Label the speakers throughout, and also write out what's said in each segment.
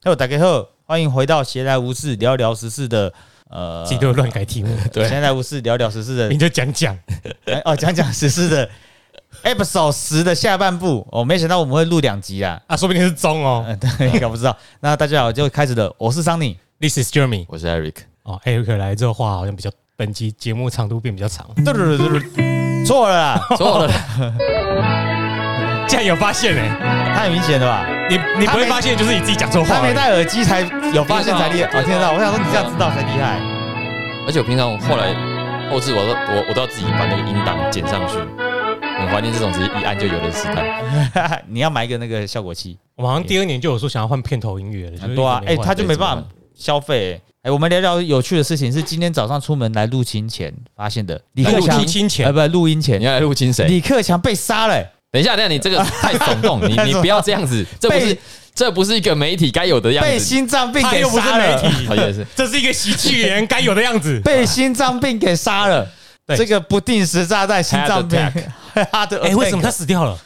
Speaker 1: Hello，大家好，欢迎回到闲来无事聊聊时事的呃，
Speaker 2: 自己都会乱改题 目，
Speaker 3: 对
Speaker 1: 闲来无事聊聊时事
Speaker 2: 你
Speaker 1: 的，
Speaker 2: 就讲 讲，
Speaker 1: 哎哦，讲讲时事的 episode 十的下半部。哦，没想到我们会录两集啊，
Speaker 2: 啊，说不定是中哦。
Speaker 1: 嗯，对，应该不知道。那大家好，就开始了。我是桑尼，
Speaker 2: This is Jeremy。
Speaker 3: 我是 Eric，
Speaker 2: 哦，Eric 来之后话好像比较，本集节目长度变比较长，
Speaker 1: 对对对对，错了啦，
Speaker 3: 错了，
Speaker 2: 竟然有发现哎，
Speaker 1: 太明显了吧？
Speaker 2: 你你不会发现就是你自己讲错话
Speaker 1: 他
Speaker 2: 而
Speaker 1: 没
Speaker 2: 已。
Speaker 1: 戴耳机才有发现才厉害，哦，听得到。我想说你这样知道才厉害。
Speaker 3: 而且我平常后来后置我都我我都要自己把那个音档剪上去，很怀念这种直接一按就有的时代。
Speaker 1: 你要买一个那个效果器，
Speaker 2: 我好像第二年就有说想要换片头音乐了，
Speaker 1: 很多啊，哎、他就没办法
Speaker 3: 怎么
Speaker 1: 消费、哎、我们聊聊有趣的事情，是今天早上出门来录音前发现的。李克
Speaker 2: 法。
Speaker 1: 强
Speaker 2: 入，侵
Speaker 1: 呃，
Speaker 2: 前
Speaker 1: 不，录音
Speaker 3: 你
Speaker 1: 前，
Speaker 3: 要来入侵谁？
Speaker 1: 李克强被杀了、哎
Speaker 3: 等一下，等一下，你这个太耸动，你你不要这样子，这不是
Speaker 1: 被
Speaker 3: 这不是一个媒体该有的样
Speaker 1: 被
Speaker 3: 子。
Speaker 1: 心脏病
Speaker 2: 他
Speaker 1: 给
Speaker 2: 又不是
Speaker 1: 杀
Speaker 2: 媒
Speaker 1: 了，
Speaker 2: 体
Speaker 3: 好，也是，
Speaker 2: 这是一个喜剧演员该有的 样子。
Speaker 1: 被心脏病给杀了。
Speaker 2: 对
Speaker 1: 这个不定时炸弹心脏病
Speaker 3: Heart，
Speaker 1: 他的
Speaker 2: 哎，为什么他死掉了？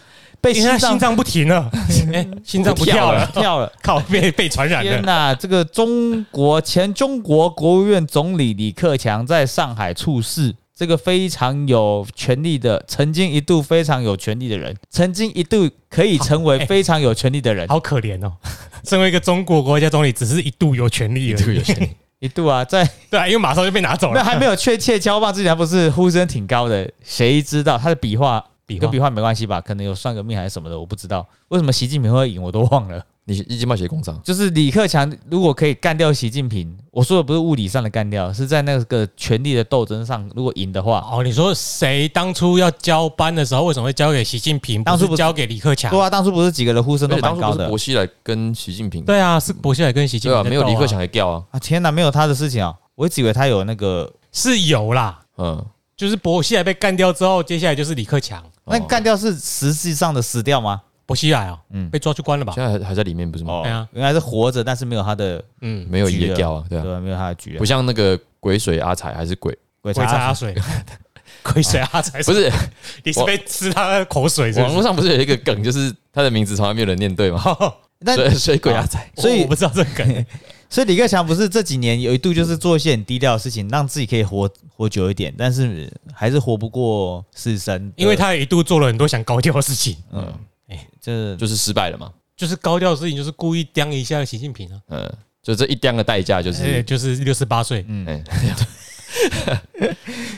Speaker 1: 被
Speaker 2: 因为他
Speaker 1: 哎心
Speaker 2: 心
Speaker 1: 脏
Speaker 2: 脏不停 了，哎，心脏不跳了，
Speaker 1: 跳了？
Speaker 2: 靠，被被传染
Speaker 1: 天
Speaker 2: 了。
Speaker 1: 呐，这个中国前中国国务院总理李克强在上海猝逝，这个非常有权力的，曾经一度非常有权力的人，曾经一度可以成为
Speaker 2: 哎
Speaker 1: 非常有权力的人，
Speaker 2: 好可怜哦！ 身为一个中国国家总理，只是一度有权利而已，
Speaker 3: 度有权利
Speaker 1: 一度啊，在
Speaker 2: 对啊，因为马上就被拿走
Speaker 1: 那
Speaker 2: 了。
Speaker 1: 还没有确切交棒之前，他不是呼声挺高的，谁知道他的笔画？
Speaker 2: 比划
Speaker 1: 跟笔画没关系吧？可能有算个命还是什么的，我不知道。为什么习近平会赢，我都忘了。
Speaker 3: 你一经贸写工厂，
Speaker 1: 就是李克强如果可以干掉习近平，我说的不是物理上的干掉，是在那个权力的斗争上，如果赢的话，
Speaker 2: 哦，你说谁当初要交班的时候，为什么会交给习近平，
Speaker 1: 当
Speaker 2: 不
Speaker 1: 初
Speaker 2: 是
Speaker 1: 不是
Speaker 2: 交给李克强？
Speaker 1: 对啊，当初不是几个人呼声
Speaker 3: 而
Speaker 1: 都
Speaker 3: 且当
Speaker 1: 蛮高
Speaker 3: 初不是
Speaker 1: 的
Speaker 3: 薄熙来跟习近平，
Speaker 2: 对啊，是薄熙来跟习近
Speaker 3: 对
Speaker 2: 平、
Speaker 3: 啊，没有李克，强也掉啊，
Speaker 1: 啊！天哪，没有他的事情啊！我一直以为他有那个，
Speaker 2: 是有啦。
Speaker 3: 嗯，
Speaker 2: 就是薄熙来被干掉之后，接下来就是李克强。
Speaker 1: 那
Speaker 3: 哦
Speaker 1: 干掉是实际上的死掉吗？
Speaker 2: 薄熙来啊，
Speaker 1: 嗯
Speaker 2: 被抓去关了吧？
Speaker 3: 现在还还在里面不是吗？
Speaker 1: 哦
Speaker 2: 对啊，
Speaker 1: 原来是活着，但是没有他的，
Speaker 2: 嗯，
Speaker 3: 没有
Speaker 1: 局
Speaker 3: 也
Speaker 1: 了
Speaker 3: 掉啊，对啊，
Speaker 1: 对吧？没有他的局啊
Speaker 3: 不，像那个鬼水阿才还是鬼，
Speaker 1: 鬼
Speaker 2: 鬼才
Speaker 1: 才
Speaker 2: 阿水， 鬼才阿才
Speaker 3: 不是
Speaker 2: 你是被吃他的口水是
Speaker 3: 网
Speaker 2: 不
Speaker 3: 络
Speaker 2: 是？
Speaker 3: 上不是有一个梗，就是他的名字从来没有人念对吗？
Speaker 1: 那
Speaker 3: 所以所以鬼阿才，
Speaker 1: 所以
Speaker 2: 我我不知道这个 梗，
Speaker 1: 所以李克强不是这几年有一度就是做一些很低调的事情，让自己可以活活久一点，但是还是活不过四生，
Speaker 2: 因为他一度做了很多想高调的事情，
Speaker 1: 嗯，
Speaker 2: 哎
Speaker 1: 这
Speaker 3: 就是失败了嘛。
Speaker 2: 就是高调的事情，就是故意刁一下习近平啊，
Speaker 3: 嗯，就这一刁的代价就
Speaker 2: 哎
Speaker 3: 是，
Speaker 2: 就是六十八岁，
Speaker 3: 哎，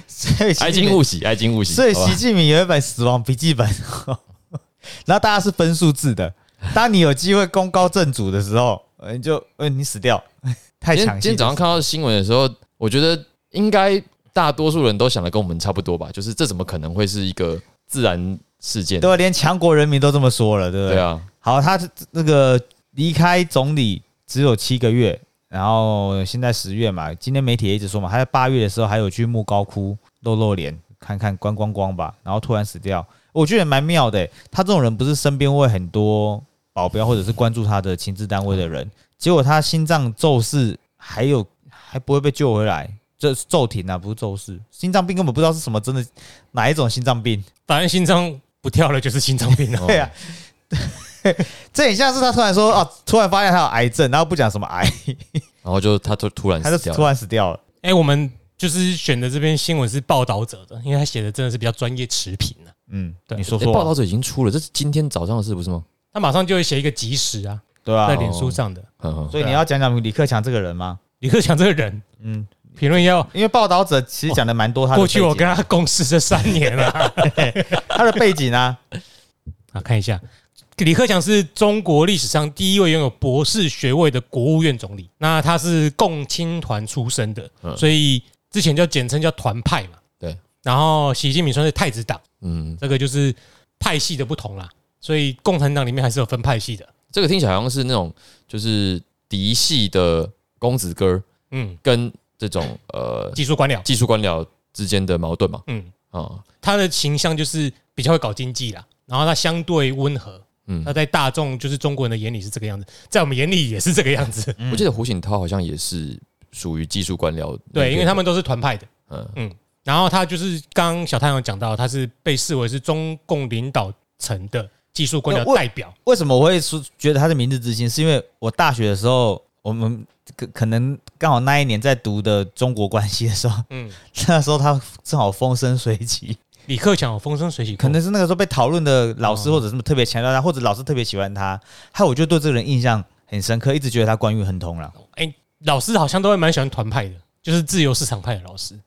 Speaker 1: 所 以
Speaker 3: 哀
Speaker 1: 习近
Speaker 3: 今
Speaker 1: 平
Speaker 3: 勿喜，哀今勿喜。
Speaker 1: 所以
Speaker 3: 好吧
Speaker 1: 习近平有一本死亡笔记本， 然后大家是分数制的。当你有机会功高震主的时候，呃你就呃你死掉，太
Speaker 3: 今
Speaker 1: 强行。
Speaker 3: 天今天早上看到新闻的时候，我觉得应该大多数人都想的跟我们差不多吧，就是这怎么可能会是一个自然事件？
Speaker 1: 对啊，连强国人民都这么说了，对不对？
Speaker 3: 对啊，
Speaker 1: 好，他这那个离开总理只有七个月，然后现在十月嘛，今天媒体也一直说嘛，他在八月的时候还有去莫高窟露露脸，看看观光光吧，然后突然死掉，我觉得蛮妙的欸、他这种人不是身边会很多保镖或者是关注他的情治单位的人，结果他心脏骤逝， 还有还不会被救回来。这是骤停啊，不是骤逝，心脏病根本不知道是什么，真的哪一种心脏病？
Speaker 2: 反正心脏不跳了就是心脏病了。
Speaker 1: 对啊，
Speaker 3: 哦
Speaker 1: 这很像是他突然说哦，突然发现他有癌症，然后不讲什么癌，
Speaker 3: 然后就他就突然
Speaker 1: 他就
Speaker 3: 死掉
Speaker 1: 突
Speaker 3: 了，
Speaker 1: 然死掉了。
Speaker 2: 哎、我们就是选的这篇新闻是报道者的，因为他写的真的是比较专业持平啊。
Speaker 1: 嗯，
Speaker 2: 对
Speaker 1: 你说
Speaker 3: 诶哎报
Speaker 1: 说，
Speaker 3: 道者已经出了，这是今天早上的事不是吗？
Speaker 2: 他马上就会写一个即时啊，
Speaker 1: 对啊
Speaker 2: 在，脸书上的。
Speaker 3: 嗯嗯
Speaker 1: 所以你要讲讲李克强这个人吗？
Speaker 2: 李克强这个人，
Speaker 1: 嗯，
Speaker 2: 评论要
Speaker 1: 因为报道者其实讲的蛮多他的
Speaker 2: 哦过
Speaker 1: 背景
Speaker 2: 去我跟他共事这三年了、 啊，
Speaker 1: 他的背景啊，
Speaker 2: 看一下。李克强是中国历史上第一位拥有博士学位的国务院总理。那他是共青团出身的，
Speaker 3: 嗯
Speaker 2: 所以之前叫简称叫团派嘛。
Speaker 3: 对。
Speaker 2: 然后习近平算是太子党，
Speaker 3: 嗯，
Speaker 2: 这个就是派系的不同啦。所以共产党里面还是有分派系的。
Speaker 3: 这个听起来好像是那种就是嫡系的公子哥儿
Speaker 2: 嗯，
Speaker 3: 跟这种呃
Speaker 2: 技术官僚。
Speaker 3: 技术官僚之间的矛盾嘛，
Speaker 2: 嗯，
Speaker 3: 啊，
Speaker 2: 他的形象就是比较会搞经济啦，然后他相对温和，
Speaker 3: 嗯
Speaker 2: 他，在大众就是中国人的眼里是这个样子，在我们眼里也是这个样子。
Speaker 1: 嗯
Speaker 3: 我记得胡锦涛好像也是属于技术官僚那边的，
Speaker 2: 对，因为他们都是团派的。
Speaker 3: 嗯
Speaker 2: 然后他就是刚刚小太阳有讲到，他是被视为是中共领导层的技术官僚代表。
Speaker 1: 为什么我会说觉得他是明日之星？是因为我大学的时候，我们可可能刚好那一年在读的中国关系的时候，
Speaker 2: 嗯，
Speaker 1: 那时候他正好风生水起，
Speaker 2: 李克强有风生水起过，
Speaker 1: 可能是那个时候被讨论的老师或者什么特别强调他，或者老师特别喜欢他，害我就对这个人印象很深刻，一直觉得他官运很通了。
Speaker 2: 哎，老师好像都会蛮喜欢团派的，就是自由市场派的老师。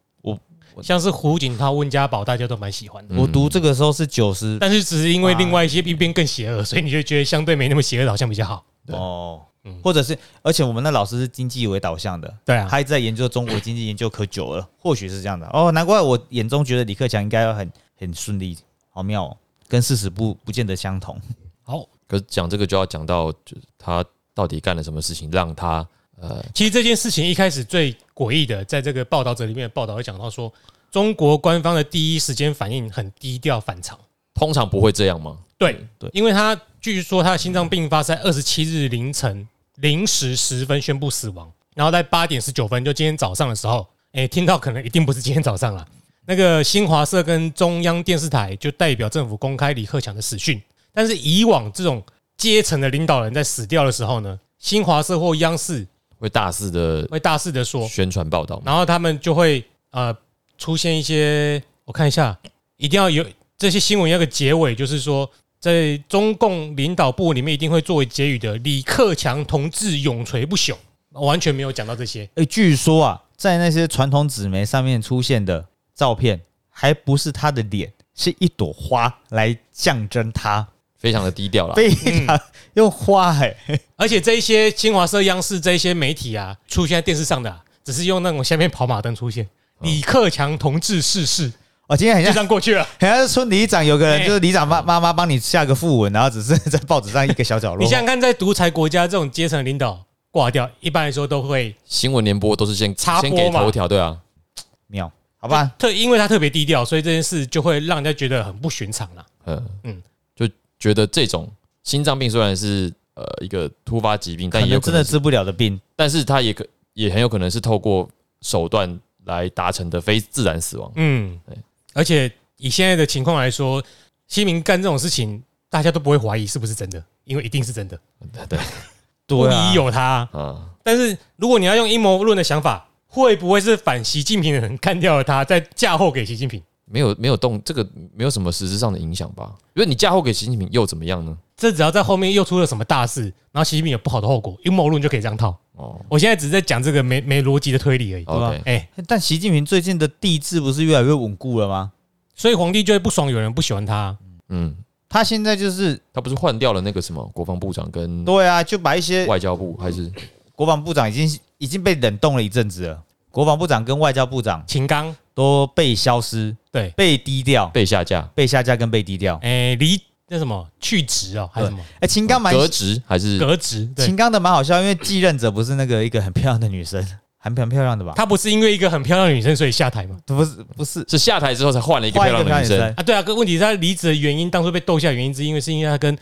Speaker 1: 我
Speaker 2: 像是胡锦涛、温家宝，大家都蛮喜欢的。
Speaker 3: 嗯
Speaker 1: 我读这个时候是九十
Speaker 2: 但是只是因为另外一些一边更邪恶，所以你就觉得相对没那么邪恶的好像比较好。
Speaker 3: 对
Speaker 1: 哦
Speaker 2: 嗯，
Speaker 1: 或者是而且我们那老师是经济为导向的，
Speaker 2: 对啊，
Speaker 1: 他一直在研究中国经济研究可久了，或许是这样的。哦，难怪我眼中觉得李克强应该要很很顺利，好妙哦，跟事实不不见得相同。
Speaker 2: 好，
Speaker 3: 可是讲这个就要讲到，就是他到底干了什么事情，让他呃，
Speaker 2: 其实这件事情一开始最诡异的，在这个报道者里面的报道会讲到说，中国官方的第一时间反应很低调反常。
Speaker 3: 通常不会这样吗？
Speaker 2: 对
Speaker 1: 对
Speaker 2: 因为他据说他的心脏病发在二十七日凌晨零时十分宣布死亡，然后在八点十九分，就今天早上的时候，哎，听到可能一定不是今天早上了。那个新华社跟中央电视台就代表政府公开李克强的死讯，但是以往这种阶层的领导人在死掉的时候呢，新华社或央视
Speaker 3: 会大肆的
Speaker 2: 会大肆的说，
Speaker 3: 宣传报道吗？
Speaker 2: 然后他们就会呃出现一些，我看一下，一定要有这些新闻要有个结尾，就是说在中共领导部里面一定会作为结语的，李克强同志永垂不朽，完全没有讲到这些。
Speaker 1: 诶，据说啊，在那些传统纸媒上面出现的照片，还不是他的脸，是一朵花来象征他，
Speaker 3: 非常的低调啦。
Speaker 1: 非常、用花哎、
Speaker 2: 而且这一些新华社、央视这一些媒体啊，出现在电视上的、啊，只是用那种下面跑马灯出现。李克强同志逝世，
Speaker 1: 我、哦今天很
Speaker 2: 就
Speaker 1: 像
Speaker 2: 这样过去了。
Speaker 1: 好像是村里长有个人，
Speaker 2: 哎
Speaker 1: 就是里长妈妈妈帮你下个副文，然后只是在报纸上一个小角落。
Speaker 2: 你想想看，在独裁国家这种阶层领导挂掉，一般来说都会
Speaker 3: 新闻联播都是先
Speaker 2: 插播
Speaker 3: 先给
Speaker 2: 嘛
Speaker 3: 头条，对啊，
Speaker 1: 妙，好吧？
Speaker 2: 特，因为他特别低调，所以这件事就会让人家觉得很不寻常啦。
Speaker 3: 嗯
Speaker 2: 嗯
Speaker 3: 嗯，就觉得这种心脏病虽然是呃一个突发疾病，
Speaker 1: 可
Speaker 3: 但也有
Speaker 1: 能
Speaker 3: 可
Speaker 1: 真
Speaker 3: 能
Speaker 1: 的
Speaker 3: 是，
Speaker 1: 治不了的病，
Speaker 3: 但是它也可也很有可能是透过手段来达成的非自然死亡。
Speaker 2: 嗯
Speaker 3: 对，
Speaker 2: 而且以现在的情况来说，西明干这种事情，大家都不会怀疑是不是真的，因为一定是真的，
Speaker 3: 对
Speaker 2: 不
Speaker 1: 对啊
Speaker 2: 疑，有他。
Speaker 3: 啊，
Speaker 2: 但是如果你要用阴谋论的想法，会不会是反习近平的人干掉了他，再嫁祸给习近平？
Speaker 3: 没有没有动这个没有什么实质上的影响吧？因为你嫁祸给习近平又怎么样呢？
Speaker 2: 这只要在后面又出了什么大事，然后习近平有不好的后果，阴谋论就可以这样套。
Speaker 3: 哦
Speaker 2: 我现在只是在讲这个没没逻辑的推理而已。
Speaker 1: 吧
Speaker 3: ，OK，
Speaker 2: 哎、
Speaker 1: 但习近平最近的地质不是越来越稳固了吗？
Speaker 2: 所以皇帝就会不爽，有人不喜欢他啊、
Speaker 3: 嗯，
Speaker 1: 他现在就是
Speaker 3: 他不是换掉了那个什么国防部长跟
Speaker 1: 对啊，就把一些
Speaker 3: 外交部，还是
Speaker 1: 国防部长已经已经被冷冻了一阵子了，国防部长跟外交部长
Speaker 2: 秦刚
Speaker 1: 都被消失、
Speaker 2: 对，
Speaker 1: 被低调、
Speaker 3: 被下架、
Speaker 1: 被下架跟被低调。
Speaker 2: 哎，离那什么去职哦，还是什么
Speaker 1: 哎、秦刚蛮
Speaker 3: 革职，还是
Speaker 2: 革职？对
Speaker 1: 秦，刚的蛮好笑，因为继任者不是那个一个很漂亮的女生，还蛮漂亮的吧？
Speaker 2: 他不是因为一个很漂亮的女生所以下台吗？
Speaker 1: 不是不是
Speaker 3: 是下台之后才换了一个
Speaker 1: 换
Speaker 3: 漂
Speaker 1: 一个
Speaker 3: 亮
Speaker 1: 漂亮女
Speaker 3: 的女生
Speaker 1: 生，
Speaker 2: 啊，对啊，跟问题是他离职的原因，当初被斗下的原因之一，因为是因为他跟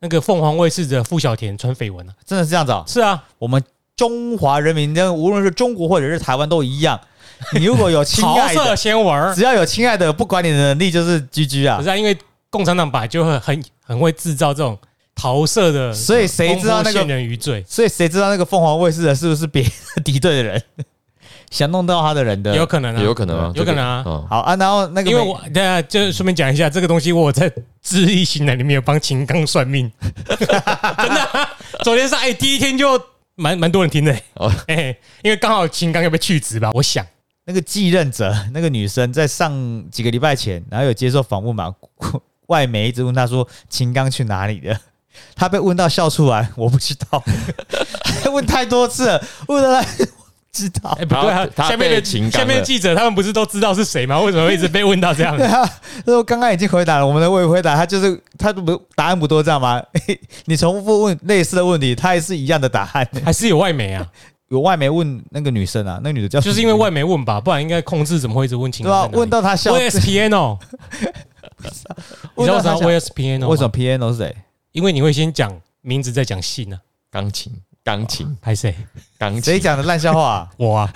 Speaker 2: 那个凤凰卫视的傅小田传绯闻啊。
Speaker 1: 真的是这样子哦、
Speaker 2: 是啊，
Speaker 1: 我们中华人民，那无论是中国或者是台湾都一样，你如果有亲
Speaker 2: 桃
Speaker 1: 爱
Speaker 2: 色
Speaker 1: 的，
Speaker 2: 先玩儿，
Speaker 1: 只要有亲爱的，不管你的能力就是居居
Speaker 2: 不
Speaker 1: 啊
Speaker 2: 是。啊，因为共产党本来就很很很会制造这种桃色的，
Speaker 1: 所以谁知道那个，
Speaker 2: 人余罪？
Speaker 1: 所以谁知道那个凤凰卫视的是不是别的敌对的人， 想弄到他的人
Speaker 2: 也有
Speaker 1: 的？
Speaker 2: 可能啊，
Speaker 3: 也有可能啊，
Speaker 2: 有可能啊
Speaker 3: 这个嗯
Speaker 1: 好啊，然后那个
Speaker 2: 因为
Speaker 1: 美
Speaker 2: 我大家就顺便讲一下，这个东西我在知易行难里面有帮秦刚算命， 真的啊、昨天是哎、第一天就蛮蛮多人听的、
Speaker 3: 哦
Speaker 2: 哎、因为刚好秦刚要被去职吧，我想
Speaker 1: 那个继任者那个女生在上几个礼拜前，然后有接受访问嘛，外媒一直问她说秦刚去哪里了，她被问到笑出来，我不知道， 问太多次了，问 到她知道
Speaker 2: 哎、。不对啊
Speaker 3: 他，他
Speaker 2: 下面的
Speaker 3: 被秦刚
Speaker 2: 下
Speaker 3: 了
Speaker 2: 面的记者他们不是都知道是谁吗？为什么会一直被问到这 样
Speaker 1: 对？啊，那我刚刚已经回答了，我们的未回答，他就是他不答案不都这样吗？ 你重复问类似的问题，他也是一样的答案。
Speaker 2: 还是有外媒啊，
Speaker 1: 有外媒问那个女生啊，那个女的叫
Speaker 2: 就是因为外媒问吧，不然应该控制怎么会一直问秦
Speaker 1: 对吧、
Speaker 2: 刚在哪里？
Speaker 1: 问到她笑，
Speaker 2: w s p n o 你知道为啥
Speaker 1: 她笑
Speaker 2: w s p n o
Speaker 1: 为什么 piano 是谁？
Speaker 2: 因为你会先讲名字，再讲姓呢、
Speaker 3: 钢琴，钢琴，
Speaker 2: 啊，拍谁？
Speaker 3: 钢琴。
Speaker 1: 谁？讲的烂笑话啊、
Speaker 2: 我啊，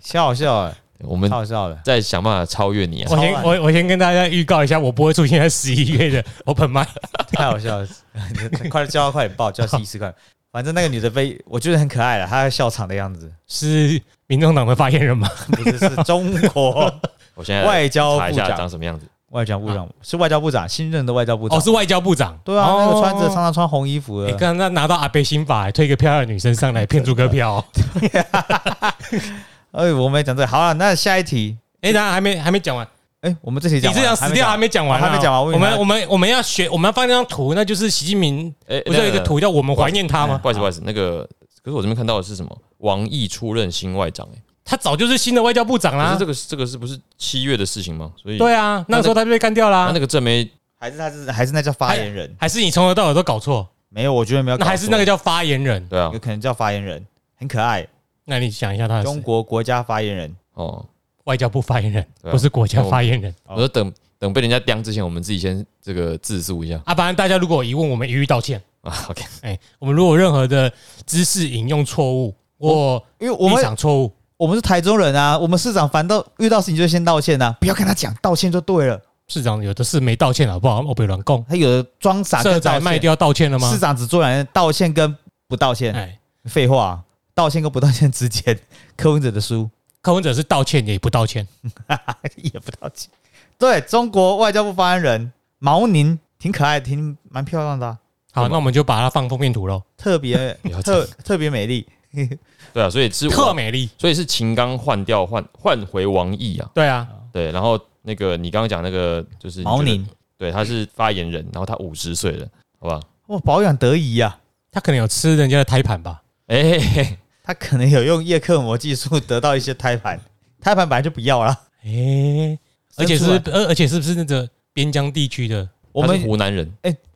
Speaker 1: 笑好笑哎、
Speaker 3: 我们
Speaker 1: 超好笑的。
Speaker 3: 在想办法超越你啊！
Speaker 2: 我先
Speaker 1: 超烂
Speaker 2: 我我先跟大家预告一下，我不会出现在十一月的 Open m i
Speaker 1: 太好笑了！ 快点叫他快点报，叫他医师快点。反正那个女的被我觉得很可爱了，她在笑场的样子，
Speaker 2: 是民众党的发言人吗？
Speaker 1: 不是是中国
Speaker 3: 我现在
Speaker 1: 外交
Speaker 3: 呃查
Speaker 1: 部
Speaker 3: 一下
Speaker 1: 长
Speaker 3: 长什么样子。
Speaker 1: 外交部长是外交部长新任的外交部长
Speaker 2: 哦，是外交部长。
Speaker 1: 对啊，那个穿着
Speaker 2: 哦
Speaker 1: 常常穿红衣服
Speaker 2: 你
Speaker 1: 的，
Speaker 2: 刚刚拿到阿贝新法，推一个漂亮的女生上来骗朱哥 票。
Speaker 1: 哎，我没讲对，好了，那下一题，
Speaker 2: 哎，当然还没还没讲完，
Speaker 1: 哎，我们这题
Speaker 2: 你
Speaker 1: 讲完
Speaker 2: 这
Speaker 1: 了，
Speaker 2: 样死掉还
Speaker 1: 还没
Speaker 2: 没讲完啊，
Speaker 1: 哦还没讲完我以为
Speaker 2: 我们
Speaker 1: 还
Speaker 2: 我们我们要学，我们要放那张图，那就是习近平，
Speaker 3: 哎，
Speaker 2: 不是有一个
Speaker 3: 等等
Speaker 2: 图叫“我们怀念他”吗？
Speaker 3: 不好意思，不好意思，那个可是我这边看到的是什么？王毅出任新外长，哎，
Speaker 2: 他早就是新的外交部长
Speaker 3: 可
Speaker 2: 啦
Speaker 3: 是这。个这个是不是七月的事情吗？所以
Speaker 2: 啊对啊，那个时候他就被干掉
Speaker 3: 那
Speaker 2: 啦
Speaker 3: 那。个郑梅
Speaker 1: 还是他是还是那叫发言人，
Speaker 2: 还是你从头到尾都搞错？
Speaker 1: 没有，我觉得没有搞
Speaker 2: 那
Speaker 1: 错，
Speaker 2: 还是那个叫发言人？
Speaker 3: 对啊
Speaker 1: 有，可能叫发言人，很可爱，
Speaker 2: 那你想一下，他
Speaker 1: 中
Speaker 2: 啊是
Speaker 1: 国国家发言人，
Speaker 3: 哦，
Speaker 2: 外交部发言人，
Speaker 3: 对啊
Speaker 2: 不是国家发言人。
Speaker 1: 哦
Speaker 3: 我说等等被人家刁之前，我们自己先这个自述一下
Speaker 2: 啊，反正大家如果有疑问，我们一律道歉。
Speaker 3: 啊。OK，
Speaker 2: 哎、我们如果有任何的知识引用错误或
Speaker 1: 因为我
Speaker 2: 立
Speaker 1: 们
Speaker 2: 场错误，
Speaker 1: 我们是台中人啊，我们市长反倒遇到事情就先道歉呐、啊，不要跟他讲，道歉就对了。
Speaker 2: 市长有的是没道歉好不好？我被乱供，
Speaker 1: 他有的装傻
Speaker 2: 社
Speaker 1: 跟
Speaker 2: 仔
Speaker 1: 道
Speaker 2: 卖
Speaker 1: 歉，
Speaker 2: 掉道歉了吗
Speaker 1: 市？长只做两件，道歉跟不道歉，
Speaker 2: 哎，
Speaker 1: 废话啊、道歉跟不道歉之间，柯文哲的书
Speaker 2: 柯文哲是道歉也不道歉，
Speaker 1: 也不道歉。对中国外交部发言人毛宁挺可爱，挺蛮漂亮的啊、
Speaker 2: 好，
Speaker 3: 干嘛
Speaker 2: 那我们就把它放封面图喽。
Speaker 1: 特别
Speaker 3: 了解
Speaker 1: 特特别美丽。
Speaker 3: 对啊，所以是
Speaker 2: 特
Speaker 3: 王，
Speaker 2: 美丽，
Speaker 3: 所以是秦刚换掉换换回王毅啊，
Speaker 2: 对啊，
Speaker 3: 对，然后那个你刚刚讲那个就是你觉得
Speaker 1: 毛，宁
Speaker 3: 对，他是发言人，然后他五十岁了，好吧？
Speaker 1: 哇，保养得宜啊，
Speaker 2: 他可能有吃人家的胎盘吧？
Speaker 3: 哎、嘿嘿嘿
Speaker 1: 他可能有用叶克膜技术得到一些胎盘， 胎盘本来就不要了。
Speaker 2: 哎、而且是
Speaker 1: 生出来
Speaker 2: 而而且是不是那个边疆地区的？
Speaker 1: 我
Speaker 3: 他
Speaker 1: 们
Speaker 3: 是湖南人，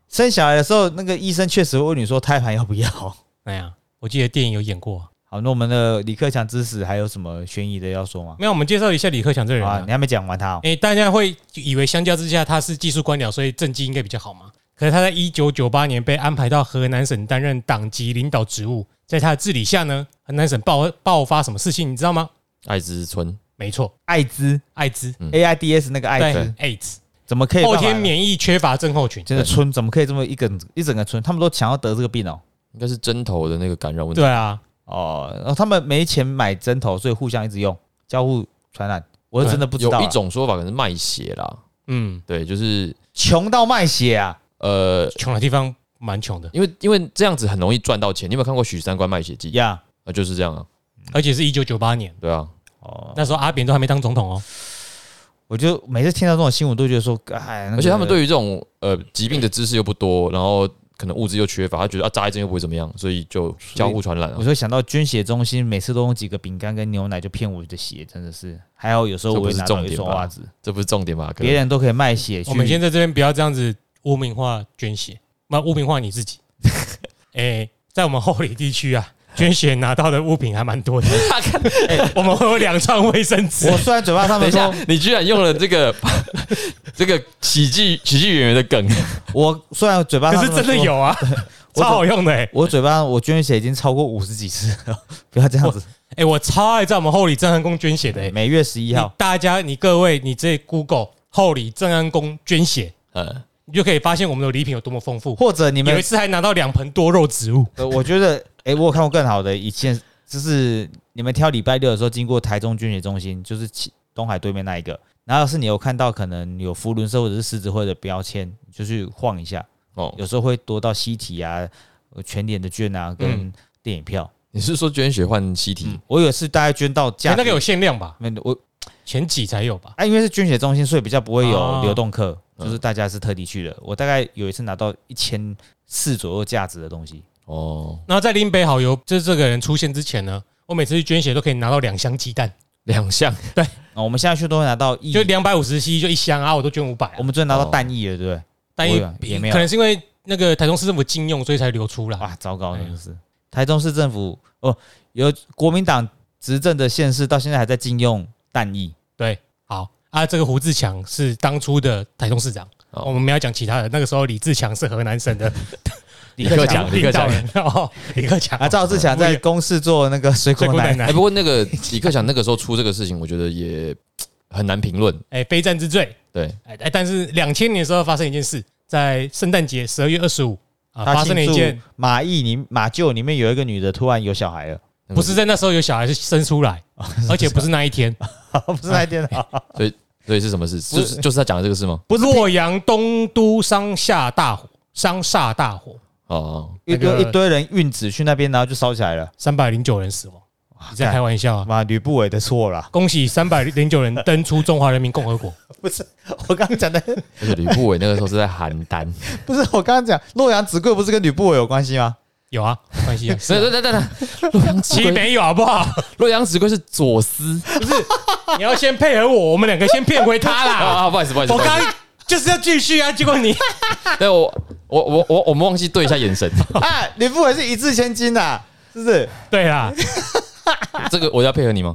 Speaker 1: 生小孩的时候，那个医生确实会问你说胎盘要不要。
Speaker 2: 哎呀，我记得电影有演过、啊。
Speaker 1: 好，那我们的李克强知识还有什么悬疑的要说吗？
Speaker 2: 没有，我们介绍一下李克强这个人啊
Speaker 1: 啊，你还没讲完他、哦，
Speaker 2: 诶、大家会以为相较之下他是技术官僚，所以政绩应该比较好嘛？可是他在一九九八年被安排到河南省担任党级领导职务，在他的治理下呢，河南省爆爆发什么事情，你知道吗？
Speaker 3: 艾滋村，
Speaker 2: 没错，
Speaker 1: 艾滋
Speaker 2: 艾滋，
Speaker 3: 嗯
Speaker 1: AIDS 那个艾滋
Speaker 2: 对，，AIDS，
Speaker 1: 怎么可以办
Speaker 2: 后
Speaker 1: 法
Speaker 2: 天免疫缺乏症候群，
Speaker 1: 真的村怎么可以这么一整一整个村，他们都想要得这个病哦。
Speaker 3: 应该是针头的那个感染问题。
Speaker 2: 对啊，
Speaker 1: 哦，然后他们没钱买针头，所以互相一直用，交互传染。我是真的不知道
Speaker 3: 有
Speaker 1: 啊，
Speaker 3: 一种说法可能是卖血啦，
Speaker 2: 嗯，
Speaker 3: 对，就是
Speaker 1: 穷到卖血啊！
Speaker 3: 呃，
Speaker 2: 穷的地方蛮穷的，
Speaker 3: 因为因为这样子很容易赚到钱。你有没有看过《许三观卖血记》啊、
Speaker 1: 呀、
Speaker 3: 就是这样啊，
Speaker 2: 而且是一九九八年，
Speaker 3: 对啊，
Speaker 1: 哦，
Speaker 2: 那时候阿扁都还没当总统哦，
Speaker 1: 我就每次听到这种新闻，都觉得说，哎，那个
Speaker 3: 而且他们对于这种呃疾病的知识又不多，然后可能物资又缺乏，他觉得啊扎一针又不会怎么样，所以就交互传染啊
Speaker 1: 我。就想到捐血中心，每次都用几个饼干跟牛奶就骗我的血，真的是。还有有时候我会拿到一双袜子，
Speaker 3: 这不是重点吧？可
Speaker 1: 别
Speaker 3: 能
Speaker 1: 人都可以卖血去。
Speaker 2: 我们先在这边不要这样子污名化捐血，那污名化你自己。 哎、在我们后里地区啊，捐血拿到的物品还 蛮多的。哎我们会有两串卫生纸
Speaker 1: 我，虽然嘴巴上 面
Speaker 3: 等一下
Speaker 1: 说，，
Speaker 3: 你居然用了这个 这个喜剧喜剧演员的梗，
Speaker 1: 我虽然嘴巴
Speaker 2: 可
Speaker 1: 上
Speaker 2: 是
Speaker 1: 面
Speaker 2: 真的
Speaker 1: 说，
Speaker 2: 有啊，
Speaker 1: 我
Speaker 2: 超好用的、欸。
Speaker 1: 我嘴巴我捐血已经超过五十几次了， 不要这样子。
Speaker 2: 哎、我超爱在我们后里正安宫捐血的、欸。
Speaker 1: 每月十一
Speaker 2: 你
Speaker 1: 号，
Speaker 2: 大家，你各位，你这 Google 后里正安宫捐血，
Speaker 3: 呃，
Speaker 2: 你就可以发现我们的礼品有多么丰富。
Speaker 1: 或者你
Speaker 2: 有
Speaker 1: 们
Speaker 2: 一，次还拿到两盆多肉植物，
Speaker 1: 呃我觉得，哎、我有看过更好的一件，就是你们挑礼拜六的时候经过台中捐血中心，就是七东海对面那一个，然后是你有看到可能有福伦社或者是狮子会的标签，你就去晃一下。
Speaker 3: 哦，
Speaker 1: 有时候会多到西体啊、呃全脸的券
Speaker 2: 嗯
Speaker 1: 啊跟电影票。
Speaker 3: 你是说捐血换西体？
Speaker 1: 我有是大概捐到
Speaker 2: 哎
Speaker 1: 价，
Speaker 2: 那个有限量吧？
Speaker 1: 没有我
Speaker 2: 前几才有吧？
Speaker 1: 啊，因为是捐血中心，所以比较不会有
Speaker 2: 哦
Speaker 1: 流动客，
Speaker 3: 嗯
Speaker 1: 就是大家是特地去的。我大概有一次拿到一千四左右价值的东西，
Speaker 3: 哦，
Speaker 2: 然后在林北好友就是这个人出现之前呢，我每次去捐血都可以拿到两箱鸡蛋，
Speaker 3: 两项
Speaker 1: 啊，我们现在去都会拿到亿，
Speaker 2: 就两百五十 cc 就一箱啊，我都捐五百、
Speaker 1: 我
Speaker 2: 啊，
Speaker 1: 们昨天拿到
Speaker 3: 哦
Speaker 1: 蛋亿了，对不对？
Speaker 2: 但
Speaker 1: 我
Speaker 2: 一
Speaker 1: 也也没有啊
Speaker 2: 可能是因为那个台中市政府禁用，所以才流出啦。
Speaker 1: 哇，糟糕，
Speaker 2: 哎呀
Speaker 1: 真的是台中市政府哦，由国民党执政的县市到现在还在禁用蛋液。
Speaker 2: 对，好啊，这个胡志强是当初的台中市长，
Speaker 3: 哦
Speaker 2: 我们没有讲其他的。那个时候李志强是河南省的
Speaker 1: 李
Speaker 3: 克强李 克
Speaker 2: 领导
Speaker 3: 强
Speaker 2: 人哦，李克强
Speaker 1: 啊，赵志强在公司做那个水
Speaker 2: 最
Speaker 1: 果
Speaker 2: 孤
Speaker 1: 奶
Speaker 2: 奶
Speaker 1: 奶，
Speaker 2: 奶
Speaker 3: 哎、，不过那个李克强那个时候出这个事情，我觉得也很难评论。
Speaker 2: 哎，非战之罪。
Speaker 3: 对，
Speaker 2: 哎哎，但是两千年的时候发生一件事，在圣诞节十二月二十五啊
Speaker 1: 他
Speaker 2: 发生了一
Speaker 1: 庆
Speaker 2: 件
Speaker 1: 祝，马邑里马厩里面有一个女的突然有小孩了，
Speaker 2: 不是在那时候有小孩是生出来，而且不是那一天，
Speaker 1: 不是那天啊，
Speaker 3: 所以是什么事？就是就是他讲的这个事吗？
Speaker 2: 不是洛阳东都商厦大火，商厦大火，
Speaker 3: 哦，
Speaker 1: 一
Speaker 2: 那
Speaker 1: 堆
Speaker 2: 个
Speaker 1: 一堆人运纸去那边，然后就烧起来了。
Speaker 2: 三百零九人死亡，你在开玩笑啊？
Speaker 1: 妈，吕不韦的错啦，
Speaker 2: 恭喜三百零九人登出中华人民共和 国，
Speaker 1: 不是我刚刚讲的，
Speaker 3: 而且吕不韦那个时候是在邯郸，
Speaker 1: 不是我刚刚讲洛阳纸贵不是跟吕不韦有关系 吗？
Speaker 2: 有啊，没关 系啊，
Speaker 3: 等等等等，洛阳纸
Speaker 2: 其
Speaker 3: 龟，
Speaker 2: 没有好不好？
Speaker 3: 洛阳纸龟是左思
Speaker 2: 你要先配合我，我们两个先骗回他啦。
Speaker 3: 啊，不好意思，不好意思，
Speaker 2: 我
Speaker 3: 不好
Speaker 2: 刚
Speaker 3: 意思
Speaker 2: 就是要继续啊，结果 你
Speaker 3: 对我我我我我们忘记对一下眼神，
Speaker 1: 啊，吕不韦是一掷千金呐，是不是？
Speaker 2: 对啦，
Speaker 3: 这个我要配合你吗？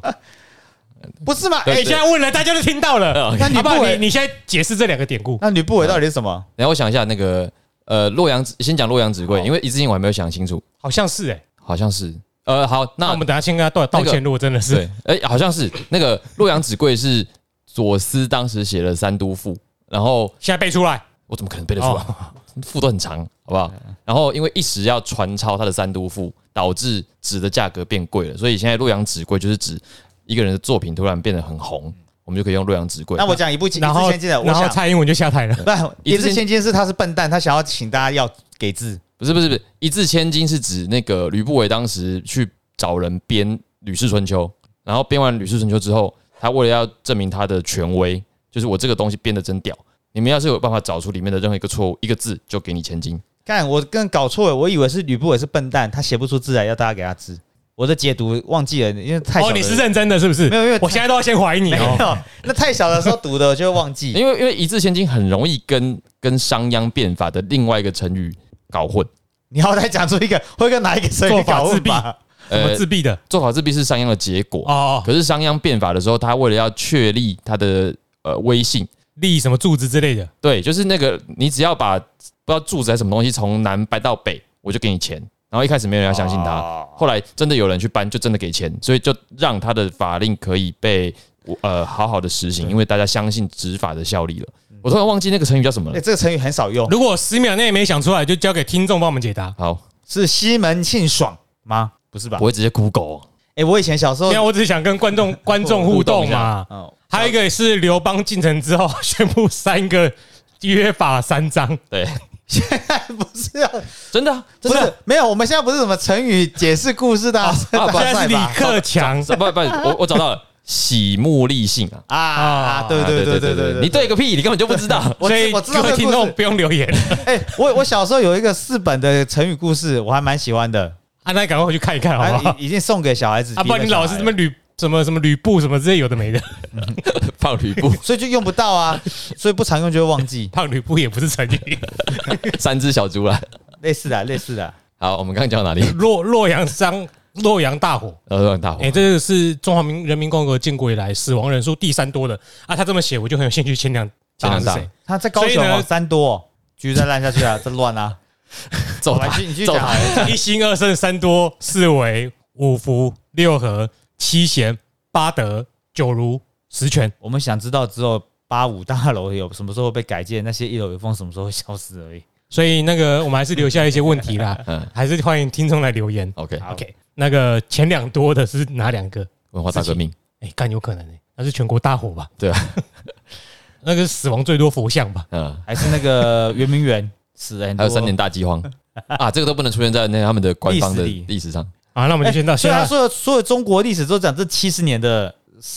Speaker 1: 不是嘛？
Speaker 3: 对
Speaker 1: 哎
Speaker 2: 你，现在问了，大家都听 到了。
Speaker 1: 那吕
Speaker 2: 好不
Speaker 1: 不
Speaker 2: 好？
Speaker 1: 韦
Speaker 2: 哦你，你现在解释这两个典故，
Speaker 1: 那吕不韦到底是什么？
Speaker 3: 然后我想一下那个呃，洛阳纸先讲洛阳纸贵，因为一字经我还没有想清楚，
Speaker 2: 好像是哎。
Speaker 3: 好像是呃好，
Speaker 2: 那
Speaker 3: 那
Speaker 2: 我们等下先跟他道道
Speaker 3: 那个
Speaker 2: 歉，如果真的是
Speaker 3: 对，哎、好像是那个洛阳纸贵是左思当时写了《三都赋》，然后
Speaker 2: 现在背出来，
Speaker 3: 我怎么可能背得出来？
Speaker 1: 哦
Speaker 3: 赋都很长，好不好？然后因为一时要传抄他的《三都赋》，导致纸的价格变贵了，所以现在洛阳纸贵就是指一个人的作品突然变得很红，我们就可以用洛阳纸贵。
Speaker 1: 那我讲一部一掷
Speaker 2: 然后
Speaker 1: 千金的，我
Speaker 2: 然后
Speaker 1: 想
Speaker 2: 蔡英文就下台了。
Speaker 1: 不，
Speaker 3: 一
Speaker 1: 一掷
Speaker 3: 掷千
Speaker 1: 千金是他是笨蛋，他想要请大家要给字，
Speaker 3: 不是不是不是，一字千金是指那个吕不韦当时去找人编《吕氏春秋》，然后编完《吕氏春秋》之后，他为了要证明他的权威，就是我这个东西编的真屌，你们要是有办法找出里面的任何一个错误一个字，就给你千金。
Speaker 1: 看我更搞错了，我以为是吕不韦是笨蛋，他写不出字来，要大家给他字。我的解读忘记了，因为太小
Speaker 2: 哦，
Speaker 1: 了
Speaker 2: 你是认真的，是不是？
Speaker 1: 没有因为
Speaker 2: 我现在都要先怀疑你
Speaker 1: 没
Speaker 2: 哦。
Speaker 1: 有，那太小的时候读的我就会忘 记。
Speaker 3: 因为因为一字千金很容易跟跟商鞅变法的另外一个成语搞混。
Speaker 1: 你好歹讲出一个会跟哪一个成
Speaker 2: 做
Speaker 1: 语
Speaker 2: 法
Speaker 1: 搞
Speaker 2: 自
Speaker 1: 混
Speaker 2: 闭
Speaker 1: 吧？
Speaker 2: 什
Speaker 1: 呃
Speaker 2: 么自闭的？
Speaker 3: 呃做法自闭是商鞅的结果，
Speaker 2: 哦，哦
Speaker 3: 可是商鞅变法的时候，他为了要确立他的呃威信，
Speaker 2: 立什么柱子之类的。
Speaker 3: 对，就是那个你只要把不知道柱子还是什么东西从南搬到北，我就给你钱。然后一开始没有人要相信他，
Speaker 1: 哦
Speaker 3: 后来真的有人去搬，就真的给钱，所以就让他的法令可以被呃好好的实行，因为大家相信执法的效力了。我突然忘记那个成语叫什么
Speaker 1: 哎、
Speaker 3: 了。
Speaker 1: 这个成语很少用，
Speaker 2: 如果十秒内没想出来，就交给听众帮我们解答。
Speaker 3: 好，
Speaker 1: 是西门庆爽吗？不是吧
Speaker 3: 我？会直接 Google 哦
Speaker 1: 哎、我以前小时候
Speaker 2: 没有，我只是想跟观 众观众互动嘛。
Speaker 1: 哦，
Speaker 2: 还有一个是刘邦进城之后 宣布三个约法三章，
Speaker 3: 对，
Speaker 1: 不是啊，
Speaker 3: 真的、啊，
Speaker 1: 不
Speaker 3: 真的啊
Speaker 1: 是没有，我们现在不是什么成语解释故事的 啊
Speaker 3: 啊不
Speaker 2: 现 在
Speaker 1: 赛
Speaker 2: 是李
Speaker 1: 吧
Speaker 2: 克强
Speaker 3: 不不，我我找到了，喜目立信啊！
Speaker 1: 啊啊，对对对对对对，
Speaker 3: 你对个屁，你根本就不知道。
Speaker 1: 我
Speaker 2: 所以
Speaker 1: 我知道
Speaker 2: 各
Speaker 1: 这个
Speaker 2: 位听
Speaker 1: 故
Speaker 2: 众
Speaker 1: 事。
Speaker 2: 不用留言，
Speaker 1: 哎、我我小时候有一个四本的成语故事，我还蛮喜欢的，
Speaker 2: 啊，那赶快回去看一看好不
Speaker 1: 还
Speaker 2: 好？
Speaker 1: 已已经送给小孩子。
Speaker 2: 啊，不然你
Speaker 1: 逼着小
Speaker 2: 老
Speaker 1: 孩
Speaker 2: 是这么吕什么什么吕布什么之类有的没 的，
Speaker 3: 放吕布，
Speaker 1: 所以就用不到 啊，所以不常用就会忘记。
Speaker 2: 胖吕布也不是成语。
Speaker 3: 三只小猪啦。
Speaker 1: 类似的啊，类似的啊，
Speaker 3: 好，我们刚刚讲到哪里？
Speaker 2: 洛洛阳商洛阳大火，
Speaker 3: 呃，乱大火
Speaker 2: 哎，。这个是中华民人民共和国建国以来死亡人数第三多的啊。他这么写，我就很有兴趣前两
Speaker 3: 前
Speaker 1: 啊
Speaker 3: 两
Speaker 2: 是
Speaker 3: 大
Speaker 2: 谁？
Speaker 1: 他在高
Speaker 2: 所
Speaker 1: 雄
Speaker 2: 以呢
Speaker 1: 哦，三多哦继续再烂下去啊，这乱 啊！
Speaker 3: 揍
Speaker 1: 我
Speaker 3: 他
Speaker 1: 来去，你去
Speaker 3: 揍
Speaker 1: 讲
Speaker 3: 他，
Speaker 1: 好！了，
Speaker 2: 一心二圣三多四维五福六合七贤八德九如十全。
Speaker 1: 我们想知道之后八五大楼有什么时候被改建，那些一楼有风什么时候会消失而已。
Speaker 2: 所以那个我们还是留下一些问题啦
Speaker 3: 嗯
Speaker 2: 还是欢迎听众来留言。
Speaker 3: ，OK，
Speaker 1: 好
Speaker 2: OK，那个前两多的是哪两个？
Speaker 3: 文化大革命，
Speaker 2: 哎、干有可能哎、那是全国大火吧？
Speaker 3: 对啊，
Speaker 2: 那个死亡最多佛像吧？
Speaker 3: 嗯，
Speaker 1: 还是那个圆明园死了很
Speaker 3: 还
Speaker 1: 多，
Speaker 3: 有三年大饥 荒啊，这个都不能出现在那他们的官方的
Speaker 1: 历史里
Speaker 3: 历史上。
Speaker 2: 啊，那我们
Speaker 1: 哎。
Speaker 2: 就先到，
Speaker 1: 虽
Speaker 2: 先
Speaker 1: 然
Speaker 2: 到，
Speaker 1: 说所有中国历史都讲这七十年的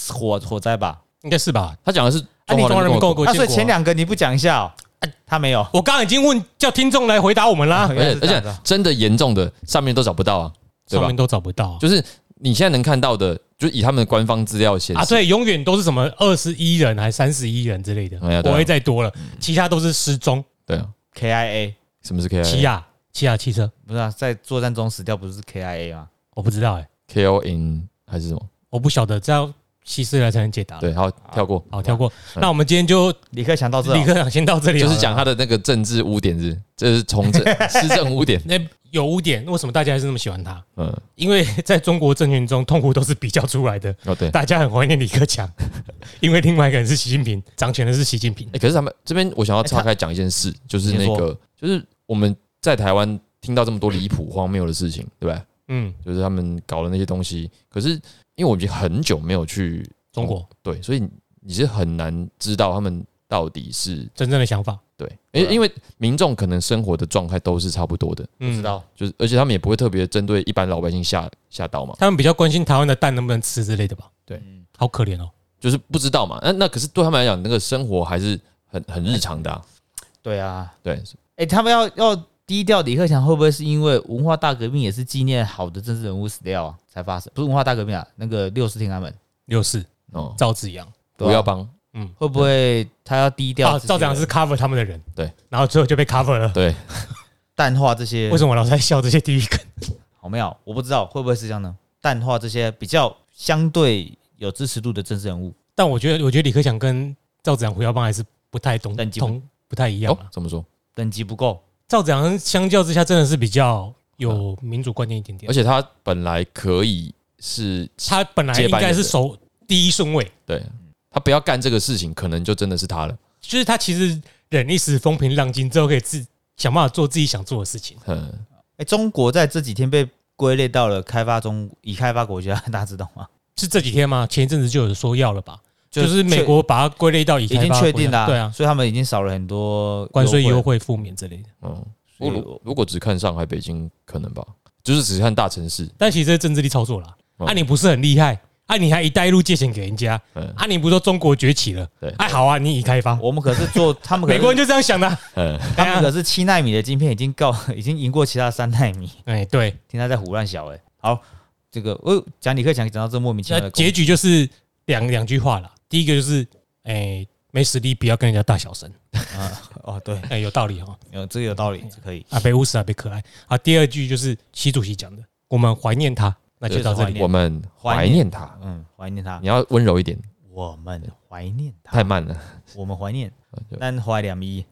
Speaker 1: 火火灾吧，
Speaker 2: 应该是吧？
Speaker 3: 他讲的是
Speaker 2: 啊，
Speaker 3: 中
Speaker 2: 你
Speaker 3: 华
Speaker 2: 中华人民
Speaker 3: 人民
Speaker 2: 共和国
Speaker 3: 共和国，
Speaker 1: 那
Speaker 2: 建国
Speaker 1: 所以
Speaker 2: 啊
Speaker 1: 前，两个你不讲一下哦，
Speaker 3: 哎
Speaker 1: 他没有。
Speaker 2: 我刚刚已经问叫听众来回答我们啦，
Speaker 1: 原来
Speaker 3: 啊而
Speaker 1: 是这
Speaker 3: 且而
Speaker 1: 样子
Speaker 3: 且
Speaker 1: 啊
Speaker 3: 真的严重的上面都找不到啊， 对
Speaker 2: 上
Speaker 3: 吧
Speaker 2: 面？都找不到啊
Speaker 3: 就是你现在能看到的，就以他们的官方资料显
Speaker 2: 啊，
Speaker 3: 示，
Speaker 2: 所以永远都是什么二十一人还三十一人之类的
Speaker 3: 哎呀，对啊
Speaker 2: 不会再多了，其他都是失踪。
Speaker 3: 对啊，
Speaker 1: KIA
Speaker 3: 什么是 K
Speaker 2: 起
Speaker 3: I
Speaker 2: 亚起亚汽车，
Speaker 1: 不是啊，在作战中死掉不是 KIA 吗？
Speaker 2: 我不知道哎、
Speaker 3: K O N 还是什么？
Speaker 2: 我不晓得，这要西斯来才能解答。
Speaker 3: 对，好跳过，
Speaker 2: 好，跳过。
Speaker 3: 嗯
Speaker 2: 那我们今天就
Speaker 1: 李克强到这哦，
Speaker 3: 啊
Speaker 2: 李科长先到这里，
Speaker 3: 就是讲。他的那个政治污点是，这是从政施政污点。
Speaker 2: 那有污点，为什么大家还是那么喜欢他？
Speaker 3: 嗯，
Speaker 2: 因为在中国政权中，痛苦都是比较出来的。
Speaker 3: 哦对，
Speaker 2: 大家很怀念李克 强，因为另外一个人是习近平，掌权的是习近平。
Speaker 3: 哎，可是他们这边我想要岔开讲一件事，就是那
Speaker 1: 你
Speaker 3: 个就是我们在台湾听到这么多离谱荒谬的事情，对不对？
Speaker 2: 嗯，
Speaker 3: 就是他们搞的那些东西，可是因为我已经很久没有去
Speaker 2: 中国
Speaker 3: 对，所以你你是很难知道他们到底是
Speaker 2: 真正的想法，
Speaker 3: 对，
Speaker 1: 对啊
Speaker 3: 因因为民众可能生活的状态都是差不多的，
Speaker 2: 嗯，
Speaker 1: 知。道
Speaker 3: 就是而且他们也不会特别针对一般老百姓下下刀嘛，
Speaker 2: 他们比较关心台湾的蛋能不能吃之类的吧？
Speaker 3: 对，
Speaker 2: 好可怜哦。
Speaker 3: 就是不知道嘛。那那可是对他们来讲，那个生活还是很很日常的、啊，
Speaker 1: 对啊，
Speaker 3: 对，
Speaker 1: 哎、他们要要低调，李克强会不会是因为文化大革命也是纪念好的政治人物死掉啊才发生？不是文化大革命啊，那个六四天安门，
Speaker 2: 六四
Speaker 3: 哦，
Speaker 2: 赵子阳
Speaker 1: 对啊
Speaker 3: 不要帮，
Speaker 1: 会不会他要低调
Speaker 2: 啊，
Speaker 1: 自己的
Speaker 2: 赵子阳是 cover 他们的人，
Speaker 3: 对，
Speaker 2: 然后最后就被 cover 了。
Speaker 3: 对，
Speaker 1: 淡化这些？
Speaker 2: 为什么我老是在笑这些地狱梗？
Speaker 1: 好妙，我不知道会不会是这样呢？淡化这些比较相对有支持度的政治人物，
Speaker 2: 但我觉得，我觉得李克强跟赵子阳胡耀邦还是不太同
Speaker 1: 等级不
Speaker 2: 同不太一样
Speaker 3: 哦
Speaker 2: 啊。，
Speaker 3: 怎么说？
Speaker 1: 等级不够。
Speaker 2: 赵子阳相较之下真的是比较有民主观念一点点
Speaker 3: 而，且
Speaker 1: 啊
Speaker 3: 他本来可以是
Speaker 2: 他本来应该是首第一顺位，
Speaker 3: 对
Speaker 1: 嗯
Speaker 3: 他不要干这个事情，可能就真的是他了，
Speaker 2: 就是他其实忍一时风平浪静之后，可以自想办法做自己想做的事情。
Speaker 3: 嗯，
Speaker 1: 哎、中国在这几天被归类到了开发中已开发国家，大家知道吗？
Speaker 2: 是这几天吗？前一阵子就有说要了吧？
Speaker 1: 就
Speaker 2: 就是美国把它归类到已
Speaker 1: 已
Speaker 2: 开
Speaker 1: 经
Speaker 2: 发国家
Speaker 1: 确定了、
Speaker 2: 对啊，
Speaker 1: 所以他们已经少了很多
Speaker 2: 关税优
Speaker 1: 优惠。
Speaker 2: 惠、负免之类的。
Speaker 3: 哦，
Speaker 1: 啊所
Speaker 3: 我
Speaker 1: 以
Speaker 3: 如
Speaker 1: 我
Speaker 3: 如果只看上海、北京，可能吧，就是只看大城市，
Speaker 2: 但其实这是政治力操作啦。
Speaker 1: 哦
Speaker 3: 嗯
Speaker 2: 啊，你不是很厉害？啊，你还一带一路借钱给人家？
Speaker 3: 嗯
Speaker 2: 啊，你不是说中国崛起了？
Speaker 3: 对
Speaker 2: 哎，好啊，你已开发，
Speaker 1: 我们可是做，他们可
Speaker 2: 美国人
Speaker 1: 是
Speaker 2: 就这样想的啊。
Speaker 3: 嗯，
Speaker 1: 他们
Speaker 2: 哎呀
Speaker 1: 可是七纳米的晶片已经告已经赢过其他三纳米，
Speaker 2: 哎，对，
Speaker 1: 听他在胡乱小哎、好，这个我讲李克强讲到这莫名其妙
Speaker 2: 那
Speaker 1: 的
Speaker 2: 结
Speaker 1: 结，
Speaker 2: 局就是两两句话啦。第一个就是，哎，没实力不要跟人家大小声。
Speaker 1: 哦对，
Speaker 2: 哎，有道理哈。
Speaker 1: 有这个有道理，这可以。
Speaker 2: 啊，被务实啊，被可爱啊。第二句就是习主席讲的，我们怀念他。那
Speaker 1: 就
Speaker 2: 就是到这
Speaker 1: 怀
Speaker 2: 里
Speaker 1: 念。
Speaker 3: 我们怀念他，
Speaker 1: 嗯，怀念他
Speaker 3: 你，要温柔一点，
Speaker 1: 我们怀念他
Speaker 3: 太，慢了
Speaker 1: 我们怀念
Speaker 3: 就，
Speaker 1: 但怀两一。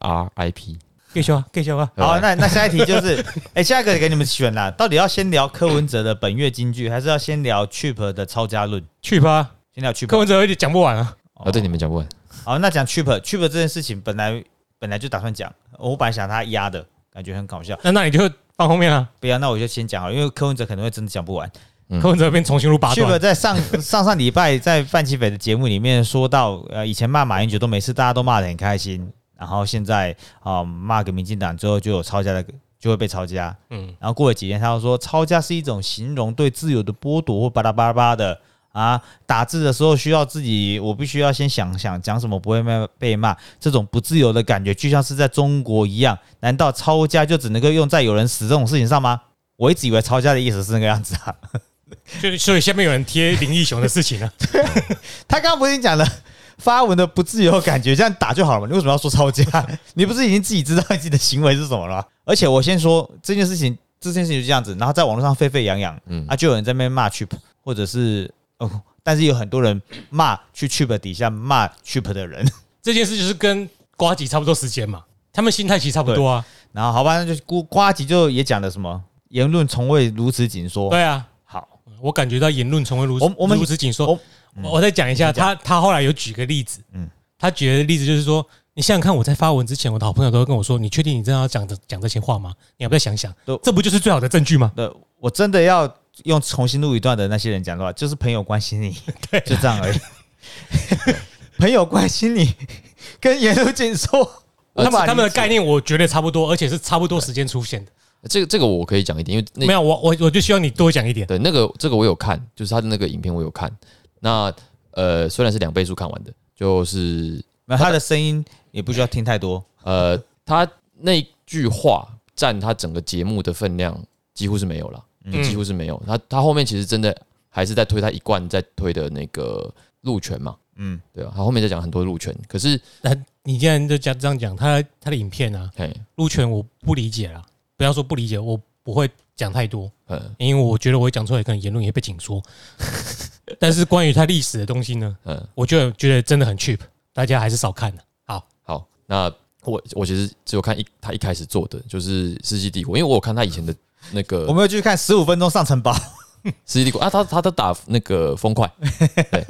Speaker 3: ，RIP。
Speaker 2: 继续啊，继续啊。
Speaker 1: 好，那 那下一题就是，哎，下一个给你们选啦，到底要先聊柯文哲的本月金句，还是要先聊 Chip 的抄家论？
Speaker 2: 去吧，
Speaker 1: 先聊 Chip
Speaker 2: 柯。文哲有点讲不完啊。
Speaker 3: 啊，
Speaker 1: 哦
Speaker 3: 对，你们讲不完，
Speaker 1: 好，那讲 Chip Chip 这件事情，本来本来就打算讲，我本来想他压的感觉很搞笑，
Speaker 2: 那那你就放后面啊。
Speaker 1: 不要，那我就先讲好了，因为柯文哲可能会真的讲不完。
Speaker 3: 嗯
Speaker 2: 柯文哲变重新录八
Speaker 1: Chip
Speaker 2: 段，
Speaker 1: 在上 上上礼拜在范奇斐的节目里面说到，呃，以前骂马英九都没事，大家都骂得很开心，然后现在啊、骂给民进党之后就有抄家的，就会被抄家。
Speaker 2: 嗯，
Speaker 1: 然后过了几天，他又说抄家是一种形容对自由的剥夺或巴拉巴拉巴拉的啊。打字的时候需要自己，我必须要先想想讲什么不会被被骂，这种不自由的感觉就像是在中国一样。难道抄家就只能够用在有人死这种事情上吗？我一直以为抄家的意思是那个样子啊。
Speaker 2: 就所以下面有人贴林义雄的事 情啊。
Speaker 1: 他刚刚不是已经讲了发文的不自由感觉，这样打就好了嘛？你为什么要说抄家？你不是已经自己知道自己的行为是什么了吗？ 而且我先说这件事情，这件事情就这样子，然后在网络上沸沸扬扬，
Speaker 3: 嗯
Speaker 1: 啊，就有人在那边骂 Chip，或者是哦，但是有很多人骂去 Chip 底下骂 Chip 的人，
Speaker 2: 这件事就是跟瓜吉差不多时间嘛，他们心态其实差不多啊。
Speaker 1: 然后好吧，那就瓜瓜吉就也讲了什么言论从未如此紧缩，
Speaker 2: 对啊，
Speaker 1: 好，
Speaker 2: 我感觉到言论从未如
Speaker 1: 我们我们
Speaker 2: 如此紧缩。
Speaker 1: 我
Speaker 2: 我
Speaker 3: 嗯
Speaker 2: 我再讲一下，
Speaker 1: 你先
Speaker 2: 他他后来有举个例子，
Speaker 1: 嗯
Speaker 2: 嗯，他举的例子就是说，你想想看，我在发文之前，我的好朋友都会跟我说，你确定你真的要讲这讲这些话吗？你要不要想想
Speaker 1: 都，
Speaker 2: 这不就是最好的证据吗？
Speaker 1: 那我真的要用重新录一段的那些人讲的话，就是朋友关心你，就这样而已。 朋友关心你，跟言论紧缩，
Speaker 2: 他们
Speaker 1: 把
Speaker 2: 呃他们的
Speaker 1: 你
Speaker 2: 概念我觉得差不多，而且是差不多时间出现的。
Speaker 3: 这个这个我可以讲一点，因为
Speaker 2: 没
Speaker 3: 那
Speaker 2: 有，我我我就希望你多讲一点。
Speaker 3: 对那个这个我有看，就是他的那个影片我有看。那呃，虽然是两倍速看完的，就是
Speaker 1: 那他的声音也不需要听太多，
Speaker 3: 呃，他那句话占他整个节目的分量几乎是嗯没有了，就
Speaker 2: 嗯
Speaker 3: 几乎是没有。他他后面其实真的还是在推他一贯在推的那个路权嘛，
Speaker 1: 嗯，
Speaker 3: 对啊吧、他后面在讲很多路权，可是
Speaker 2: 那你既然就讲这样讲，他他的影片啊，
Speaker 3: 嘿，
Speaker 2: 陆权我不理解啦，不要说不理解，我不会讲太多，
Speaker 3: 嗯
Speaker 2: 因为我觉得我讲出来可能言论也被紧缩。 但是关于他历史的东西呢，
Speaker 3: 嗯，
Speaker 2: 啊我就觉得真的很 cheap，大家还是少看了。好，
Speaker 3: 好，那我我其实只有看一他一开始做的，就是《世纪帝国》，因为我有看他以前的那个
Speaker 1: 我们要去看十五分钟上城堡，
Speaker 3: 世纪帝国啊，他他他打那个 风块，对，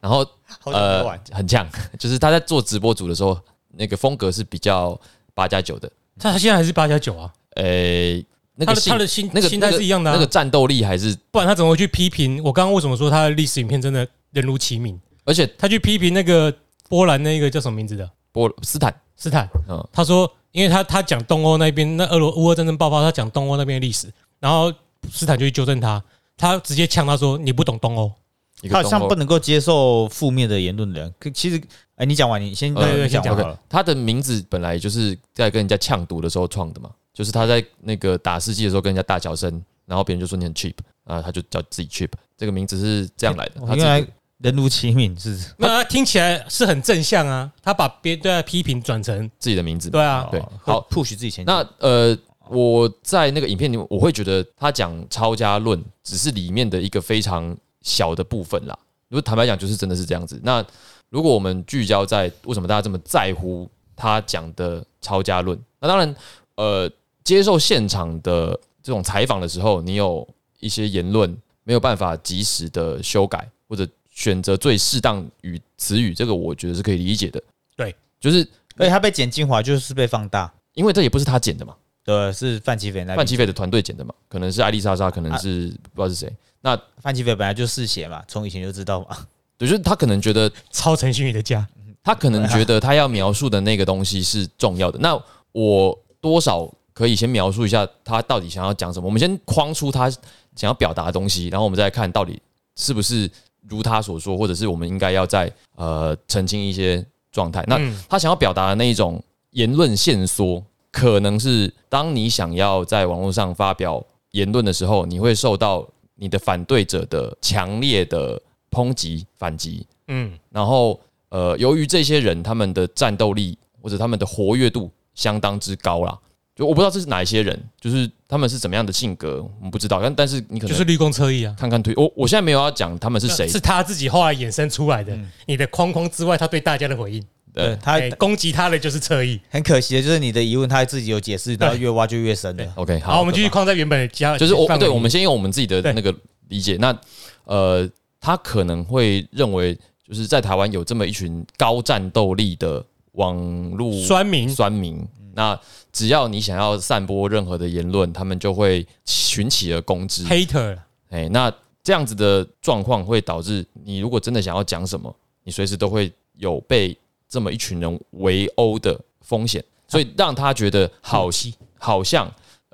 Speaker 3: 然后
Speaker 1: 好久没
Speaker 3: 呃
Speaker 1: 玩。
Speaker 3: 很呛， 就是他在做直播组的时候，那个风格是比较八加九的，
Speaker 2: 他他现在还是八加九啊，
Speaker 3: 诶、嗯那
Speaker 2: 他
Speaker 3: 个
Speaker 2: 的
Speaker 3: 性
Speaker 2: 他的心
Speaker 3: 那个
Speaker 2: 心态是一样的啊
Speaker 3: 那个战斗力还是，
Speaker 2: 不然他怎么会去批评？我刚刚为什么说他的历史影片真的人如其名？
Speaker 3: 而且
Speaker 2: 他去批评那个波兰那个叫什么名字的
Speaker 3: 波斯坦，
Speaker 2: 斯坦，
Speaker 3: 嗯，
Speaker 2: 他说，因为他他讲东欧那边，那俄罗乌俄战争爆发，他讲东欧那边的历史，然后斯坦就去纠正他，他直接呛他说你不懂东欧，
Speaker 3: 一
Speaker 1: 他
Speaker 3: 个
Speaker 1: 好像
Speaker 3: 东欧
Speaker 1: 不能够接受负面的言论的人，可其实，哎，你讲完，你先
Speaker 3: 呃
Speaker 1: 对
Speaker 2: 对
Speaker 1: 讲
Speaker 2: 先
Speaker 1: 完
Speaker 2: 讲
Speaker 1: 好了。
Speaker 3: 他的名字本来就是在跟人家呛毒的时候创的嘛，就是他在那个打世纪的时候跟人家大小声，然后别人就说你很 cheap 啊，他就叫自己 cheap，这个名字是这样来的。
Speaker 1: 我
Speaker 3: 他自
Speaker 1: 哦原
Speaker 3: 己
Speaker 1: 来人如其名是
Speaker 2: 那他听起来是很正向啊，他把别人对他的批评转成
Speaker 3: 自己的名字。
Speaker 2: 对啊，
Speaker 3: 对
Speaker 1: 哦
Speaker 3: 好
Speaker 1: 会，push 自己前进。
Speaker 3: 那呃，我在那个影片里，面，我会觉得他讲抄家论只是里面的一个非常小的部分啦。如果坦白讲，就是真的是这样子。那如果我们聚焦在为什么大家这么在乎他讲的抄家论，那当然，呃，接受现场的这种采访的时候，你有一些言论没有办法及时的修改，或者选择最适当语词语，这个我觉得是可以理解的。
Speaker 2: 对，
Speaker 3: 就是
Speaker 1: 而且他被剪精华就是被放大，
Speaker 3: 因为这也不是他剪的嘛。
Speaker 1: 对，是范奇斐那边
Speaker 3: 范奇斐的团队剪的嘛，可能是艾丽莎莎，可能是不知道是谁。
Speaker 1: 范奇斐本来就嗜血嘛，从以前就知道嘛。
Speaker 3: 对，就是他可能觉得，
Speaker 2: 超程序员的家，
Speaker 3: 他可能觉得他要描述的那个东西是重要的。那我多少可以先描述一下他到底想要讲什么。我们先框出他想要表达的东西，然后我们再看到底是不是如他所说，或者是我们应该要再呃澄清一些状态。那
Speaker 2: 嗯
Speaker 3: 他想要表达的那一种言论限缩，可能是当你想要在网络上发表言论的时候，你会受到你的反对者的强烈的抨击、反击。
Speaker 2: 嗯，
Speaker 3: 然后，呃，由于这些人他们的战斗力或者他们的活跃度相当之高啦，就我不知道这是哪一些人，就是他们是怎么样的性格，我们不知道。但但是你可
Speaker 2: 就
Speaker 3: 能
Speaker 2: 是绿光车衣啊。
Speaker 3: 看看推，我我现在没有要讲他们是谁嗯
Speaker 2: 是他自己后来衍生出来的。你的框框之外，他对大家的回应，
Speaker 1: 对
Speaker 3: 对
Speaker 1: 他
Speaker 2: 哎攻击他的就是侧翼。
Speaker 1: 很可惜的就是你的疑问，他自己有解释，然后越挖就越深了。
Speaker 3: ，OK，好，
Speaker 2: 好，我们继续框在原本的家，
Speaker 3: 就是我哦
Speaker 2: 范围
Speaker 3: 对，
Speaker 2: 里
Speaker 3: 我们先用我们自己的
Speaker 2: 对
Speaker 3: 那个理解。那呃，他可能会认为，就是在台湾有这么一群高战斗力的网络
Speaker 2: 酸民
Speaker 3: 酸民，那只要你想要散播任何的言论，他们就会群起而攻之。
Speaker 2: hater 啦
Speaker 3: 哎、那这样子的状况会导致你如果真的想要讲什么，你随时都会有被这么一群人围殴的风险，所以让他觉得好
Speaker 2: 气，
Speaker 3: 好像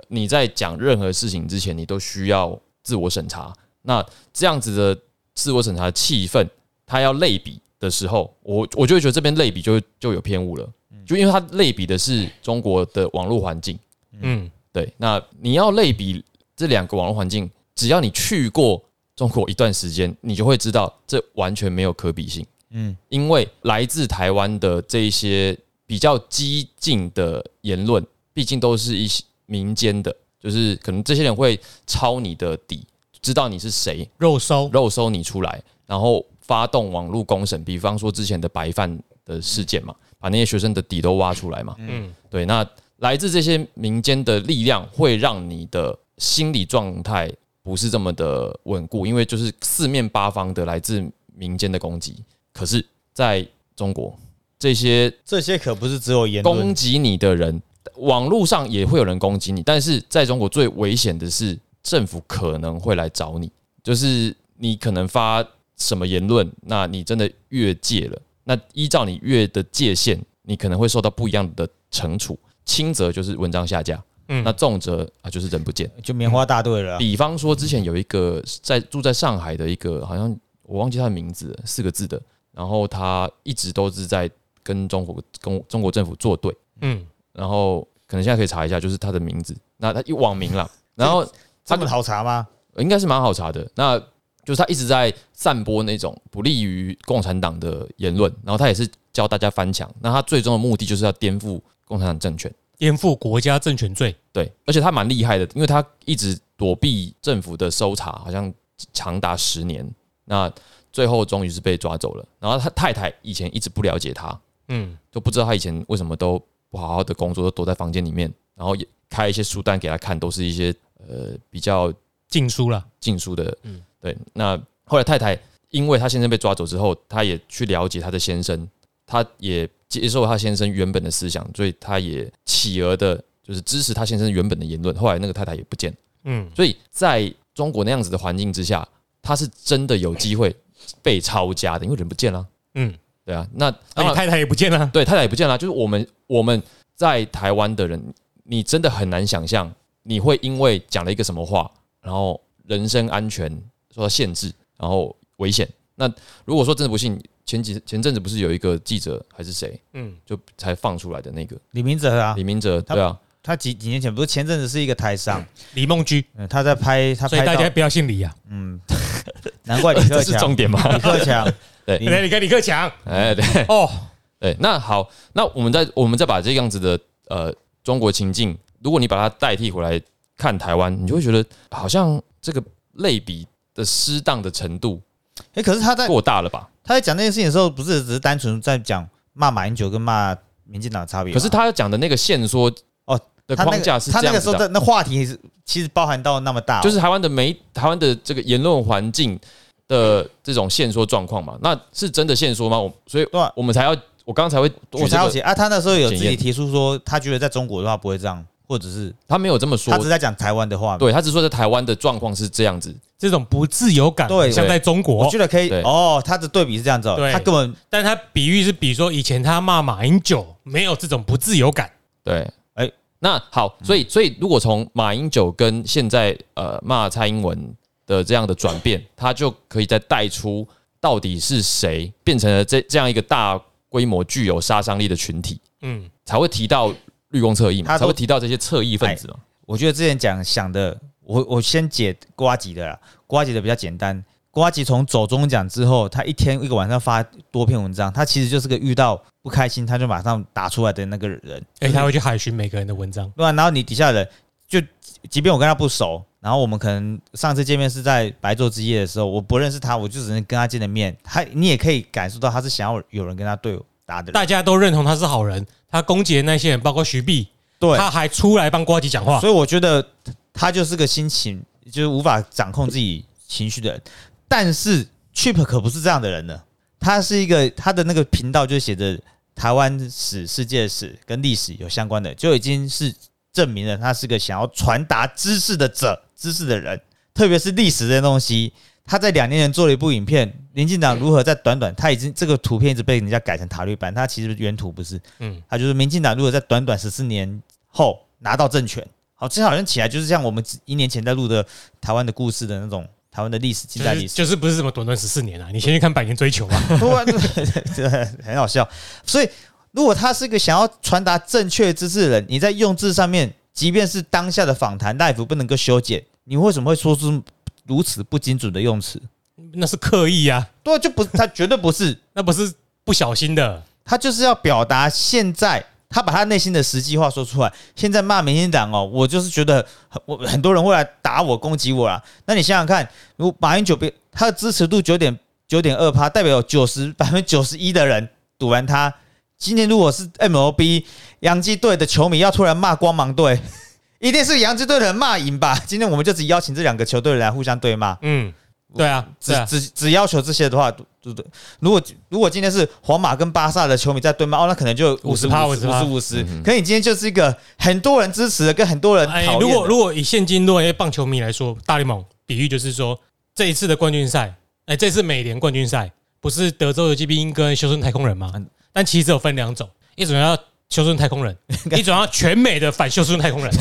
Speaker 3: 你在讲任何事情之前，你都需要自我审查。那这样子的自我审查气氛，他要类比的时候，我我就会觉得这边类比就就有偏误了，就因为他类比的是中国的网络环境。
Speaker 2: 嗯，
Speaker 3: 对，那你要类比这两个网络环境，只要你去过中国一段时间，你就会知道这完全没有可比性。
Speaker 1: 嗯，
Speaker 3: 因为来自台湾的这一些比较激进的言论，毕竟都是一些民间的，就是可能这些人会抄你的底，知道你是谁，
Speaker 2: 肉收
Speaker 3: 肉搜你出来，然后发动网络公审，比方说之前的白饭的事件嘛，把那些学生的底都挖出来嘛。
Speaker 2: 嗯
Speaker 3: 嗯，对，那来自这些民间的力量，会让你的心理状态不是这么的稳固，因为就是四面八方的来自民间的攻击。可是，在中国，这些
Speaker 1: 这些可不是只有言
Speaker 3: 攻
Speaker 1: 论，
Speaker 3: 击你的人，网络上也会有人攻击你，但是在中国最危险的是政府可能会来找你，就是你可能发什么言论，那你真的越界了，那依照你越的界限，你可能会受到不一样的惩处，轻则就是文章下架，
Speaker 2: 嗯
Speaker 3: 那重则啊就是人不见。
Speaker 1: 就棉花大队了啊。
Speaker 3: 比方说，之前有一个在住在上海的一个，好像我忘记他的名字了，四个字的，然后他一直都是在跟中国跟中国政府作对。
Speaker 2: 嗯，
Speaker 3: 然后可能现在可以查一下，就是他的名字，那他一网名啦，然后
Speaker 1: 这么好查吗？
Speaker 3: 应该是蛮好查的。那就是他一直在散播那种不利于共产党的言论，然后他也是教大家翻墙。那他最终的目的就是要颠覆共产党政权，
Speaker 2: 颠覆国家政权罪，
Speaker 3: 对，而且他蛮厉害的，因为他一直躲避政府的搜查，好像长达十年。那最后终于是被抓走了。然后他太太以前一直不了解他，
Speaker 2: 嗯，
Speaker 3: 就不知道他以前为什么都我好好的工作，都躲在房间里面，然后也开一些书单给他看，都是一些呃比较
Speaker 2: 禁书了，
Speaker 3: 禁书的，
Speaker 2: 嗯
Speaker 3: 嗯，对。那后来太太因为她先生被抓走之后，她也去了解她的先生，她也接受她先生原本的思想，所以她也企鹅的，就是支持她先生原本的言论。后来那个太太也不见了，
Speaker 2: 嗯，
Speaker 3: 所以在中国那样子的环境之下，她是真的有机会被抄家的，因为人不见了啊，
Speaker 2: 嗯，
Speaker 3: 对啊。那
Speaker 2: 那
Speaker 3: 当
Speaker 2: 你
Speaker 3: 然，
Speaker 2: 太太也不见了，
Speaker 3: 对太太也不见了啊，就是我们我们在台湾的人，你真的很难想象你会因为讲了一个什么话，然后人身安全受到限制，然后危险。那如果说真的不信，前几前阵子不是有一个记者还是谁
Speaker 2: 嗯，
Speaker 3: 就才放出来的那个
Speaker 1: 李明哲啊
Speaker 3: 李，明哲，
Speaker 1: 他
Speaker 3: 对啊，
Speaker 1: 他几几年前不是前阵子是一个台商，
Speaker 2: 李梦居，
Speaker 1: 嗯，他在拍他
Speaker 2: 所以
Speaker 1: 拍
Speaker 2: 大家
Speaker 1: 到，
Speaker 2: 不要姓李啊，
Speaker 1: 嗯，难怪李
Speaker 3: 这
Speaker 1: 克
Speaker 3: 是重
Speaker 1: 强，
Speaker 3: 点吗？
Speaker 1: 李克强，
Speaker 3: 对
Speaker 1: 你
Speaker 2: 来，你跟李克强，
Speaker 3: 哎，对
Speaker 2: 哦，
Speaker 3: 对，那好，那我们再我们再把这样子的呃中国情境，如果你把它代替回来看台湾，你就会觉得好像这个类比的适当的程度
Speaker 1: 哎，可是他在
Speaker 3: 过大了吧？
Speaker 1: 他在讲那件事情的时候，不是只是单纯在讲骂马英九跟骂民进党的差别吗，
Speaker 3: 可是他讲的那个线索
Speaker 1: 啊哦
Speaker 3: 的
Speaker 1: 他那
Speaker 3: 框架
Speaker 1: 个
Speaker 3: 是
Speaker 1: 他
Speaker 3: 这
Speaker 1: 那
Speaker 3: 样
Speaker 1: 个时
Speaker 3: 子
Speaker 1: 候
Speaker 3: 的，啊
Speaker 1: 的那话题是其实包含到那么大哦，
Speaker 3: 就是台湾的媒台湾的这个言论环境的这种线索状况嘛，那是真的线索吗？我所以
Speaker 1: 对啊
Speaker 3: 我们才要我刚才会举
Speaker 1: 我
Speaker 3: 这
Speaker 1: 才好
Speaker 3: 个，
Speaker 1: 奇啊，他那时候有自
Speaker 3: 检
Speaker 1: 己
Speaker 3: 验
Speaker 1: 提出说，他觉得在中国的话不会这样，或者是
Speaker 3: 他没有这么说
Speaker 1: 他，只是在讲台湾的话嘛。
Speaker 3: 对他只是说在台湾的状况是这样子，
Speaker 2: 这种不自由感，
Speaker 1: 对
Speaker 2: 像在中
Speaker 1: 我
Speaker 2: 国
Speaker 1: 觉，得可以
Speaker 3: 对
Speaker 1: 哦，他的对比是这样子、哦，
Speaker 2: 对
Speaker 1: 他根本
Speaker 2: 但他比喻是比说以前他骂马英九没有这种不自由感，
Speaker 3: 对，
Speaker 1: 哎
Speaker 3: 那好，所以所以如果从马英九跟现在呃骂蔡英文的这样的转变，他就可以再带出到底是谁变成了这这样一个大规模具有杀伤力的群体，
Speaker 2: 嗯，
Speaker 3: 才会提到绿公侧翼
Speaker 1: 他都
Speaker 3: 嘛，
Speaker 1: 哎
Speaker 3: 才会提到这些侧翼分子嘛。
Speaker 1: 我觉得之前讲想的，我我先解瓜吉的啦，瓜吉的比较简单。瓜吉从走中奖之后，他一天一个晚上发多篇文章，他其实就是个遇到不开心他就马上打出来的那个人，
Speaker 2: 哎，他会去海巡每个人的文章，
Speaker 1: 对吧、啊然后你底下的人就，即便我跟他不熟，然后我们可能上次见面是在白昼之夜的时候，我不认识他，我就只能跟他见了面，他你也可以感受到他是想要有人跟他对打的人，
Speaker 2: 大家都认同他是好人，他攻击的那些人，包括徐碧，
Speaker 1: 对，
Speaker 2: 他还出来帮瓜吉讲话，
Speaker 1: 所以我觉得他就是个心情，就是无法掌控自己情绪的人。但是 Chip 可不是这样的人呢，他是一个他的那个频道就写着台湾史、世界史跟历史有相关的，就已经是证明了他是个想要传达知识的者、知识的人，特别是历史这些东西。他在两年前做了一部影片，民进党如何在短短，他已经这个图片一直被人家改成塔利班，他其实原图不是，
Speaker 2: 嗯
Speaker 1: 嗯，他就是民进党如何在短短十四年后拿到政权，好，这好像起来就是像我们一年前在录的台湾的故事的那种台湾的历史记
Speaker 2: 就
Speaker 1: 载
Speaker 2: 是
Speaker 1: 历史，
Speaker 2: 就是不是什么短短十四年啊，你先去看《百年追求》啊，
Speaker 1: 突 然很好笑。所以，如果他是一个想要传达正确知识的人，你在用字上面，即便是当下的访谈 live 不能够修剪，你为什么会说出如此不精准的用词？
Speaker 2: 那是刻意啊，
Speaker 1: 对啊，就不，他绝对不是，
Speaker 2: 那不是不小心的，
Speaker 1: 他就是要表达现在。他把他内心的实际话说出来。现在骂民进党哦，我就是觉得很我很多人会来打我、攻击我啦。那你想想看，如果马英九被他的支持度九点九点二趴，代表有九十 百分之九十一的人赌完他。今天如果是 MLB 洋基队的球迷要突然骂光芒队， 一定是洋基队的人骂赢吧？今天我们就只邀请这两个球队的人来互相对骂。
Speaker 2: 嗯，对啊，
Speaker 1: 只
Speaker 2: 对啊，
Speaker 1: 只只要求这些的话，对对对。如果如果今天是皇马跟巴萨的球迷在对骂，哦，那可能就五十
Speaker 2: 50%
Speaker 1: 五十五十
Speaker 3: 嗯。
Speaker 1: 可你今天就是一个很多人支持的，跟很多人讨
Speaker 2: 哎
Speaker 1: 厌，的。
Speaker 2: 如果如果以现今作为棒球迷来说，大联盟比喻就是说，这一次的冠军赛，哎，这次美联冠军赛不是德州游骑兵跟休斯顿太空人吗
Speaker 1: 嗯？
Speaker 2: 但其实有分两种，一种要休斯顿 太空人，一种要全美的反休斯顿太空人。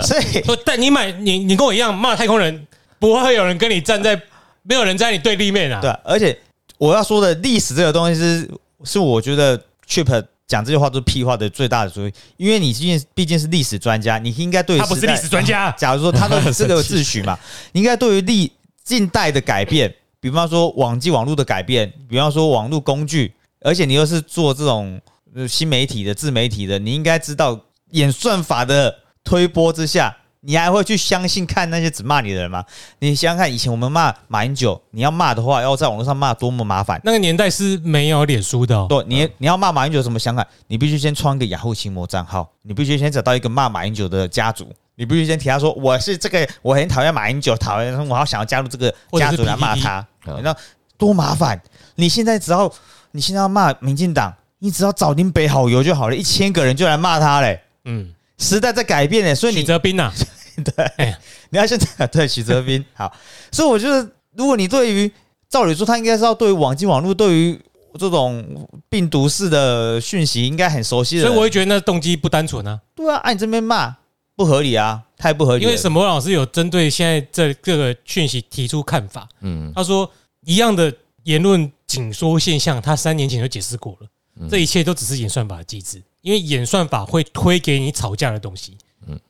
Speaker 1: 所 以
Speaker 2: 说，但你买你你跟我一样骂太空人，不会有人跟你站在，没有人在你对立面啊。
Speaker 1: 对，而且我要说的历史这个东西是是我觉得 Chip 讲这句话都是屁话的最大的主意，因为你毕竟毕竟是历史专家，你应该对于
Speaker 2: 他不是
Speaker 1: 时代
Speaker 2: 历史专家
Speaker 1: 假如说他都有这个自诩嘛， 你应该对于历近代的改变，比方说网际网络的改变，比方说网络工具，而且你又是做这种呃新媒体的自媒体的，你应该知道演算法的推波之下，你还会去相信看那些只骂你的人吗？你想想看，以前我们骂马英九，你要骂的话，要在网络上骂多么麻烦。
Speaker 2: 那个年代是没有脸书的、哦，
Speaker 1: 对，你你要骂马英九怎么想法？你必须先创一个雅虎奇摩账号，你必须先找到一个骂马英九的家族，你必须先提他说我是这个，我很讨厌马英九，讨厌，我好想要加入这个
Speaker 2: 或者
Speaker 1: 家
Speaker 2: 是
Speaker 1: 族来骂他，
Speaker 2: 嗯
Speaker 3: PTT
Speaker 1: 你知道多麻烦？你现在只要你现在要骂民进党，你只要找林北好友就好了，一千个人就来骂他嘞。
Speaker 2: 嗯，
Speaker 1: 时代在改变嘞，所以
Speaker 2: 许
Speaker 1: 你
Speaker 2: 泽斌呐、啊，
Speaker 1: 你要现在对许哲斌 好，所以我觉得，如果你对于照理说，他应该是要对于网际网络，对于这种病毒式的讯息应该很熟悉的
Speaker 2: 所以
Speaker 1: 人，
Speaker 2: 我会觉得那动机不单纯啊，
Speaker 1: 对啊，按、你这边骂不合理啊，太不合理
Speaker 2: 因
Speaker 1: 了，
Speaker 2: 为沈博老师有针对现在这各个讯息提出看法，
Speaker 3: 嗯，
Speaker 2: 他说一样的言论紧缩现象，他三年前就解释过了，这一切都只是演算法的机制，因为演算法会推给你吵架的东西，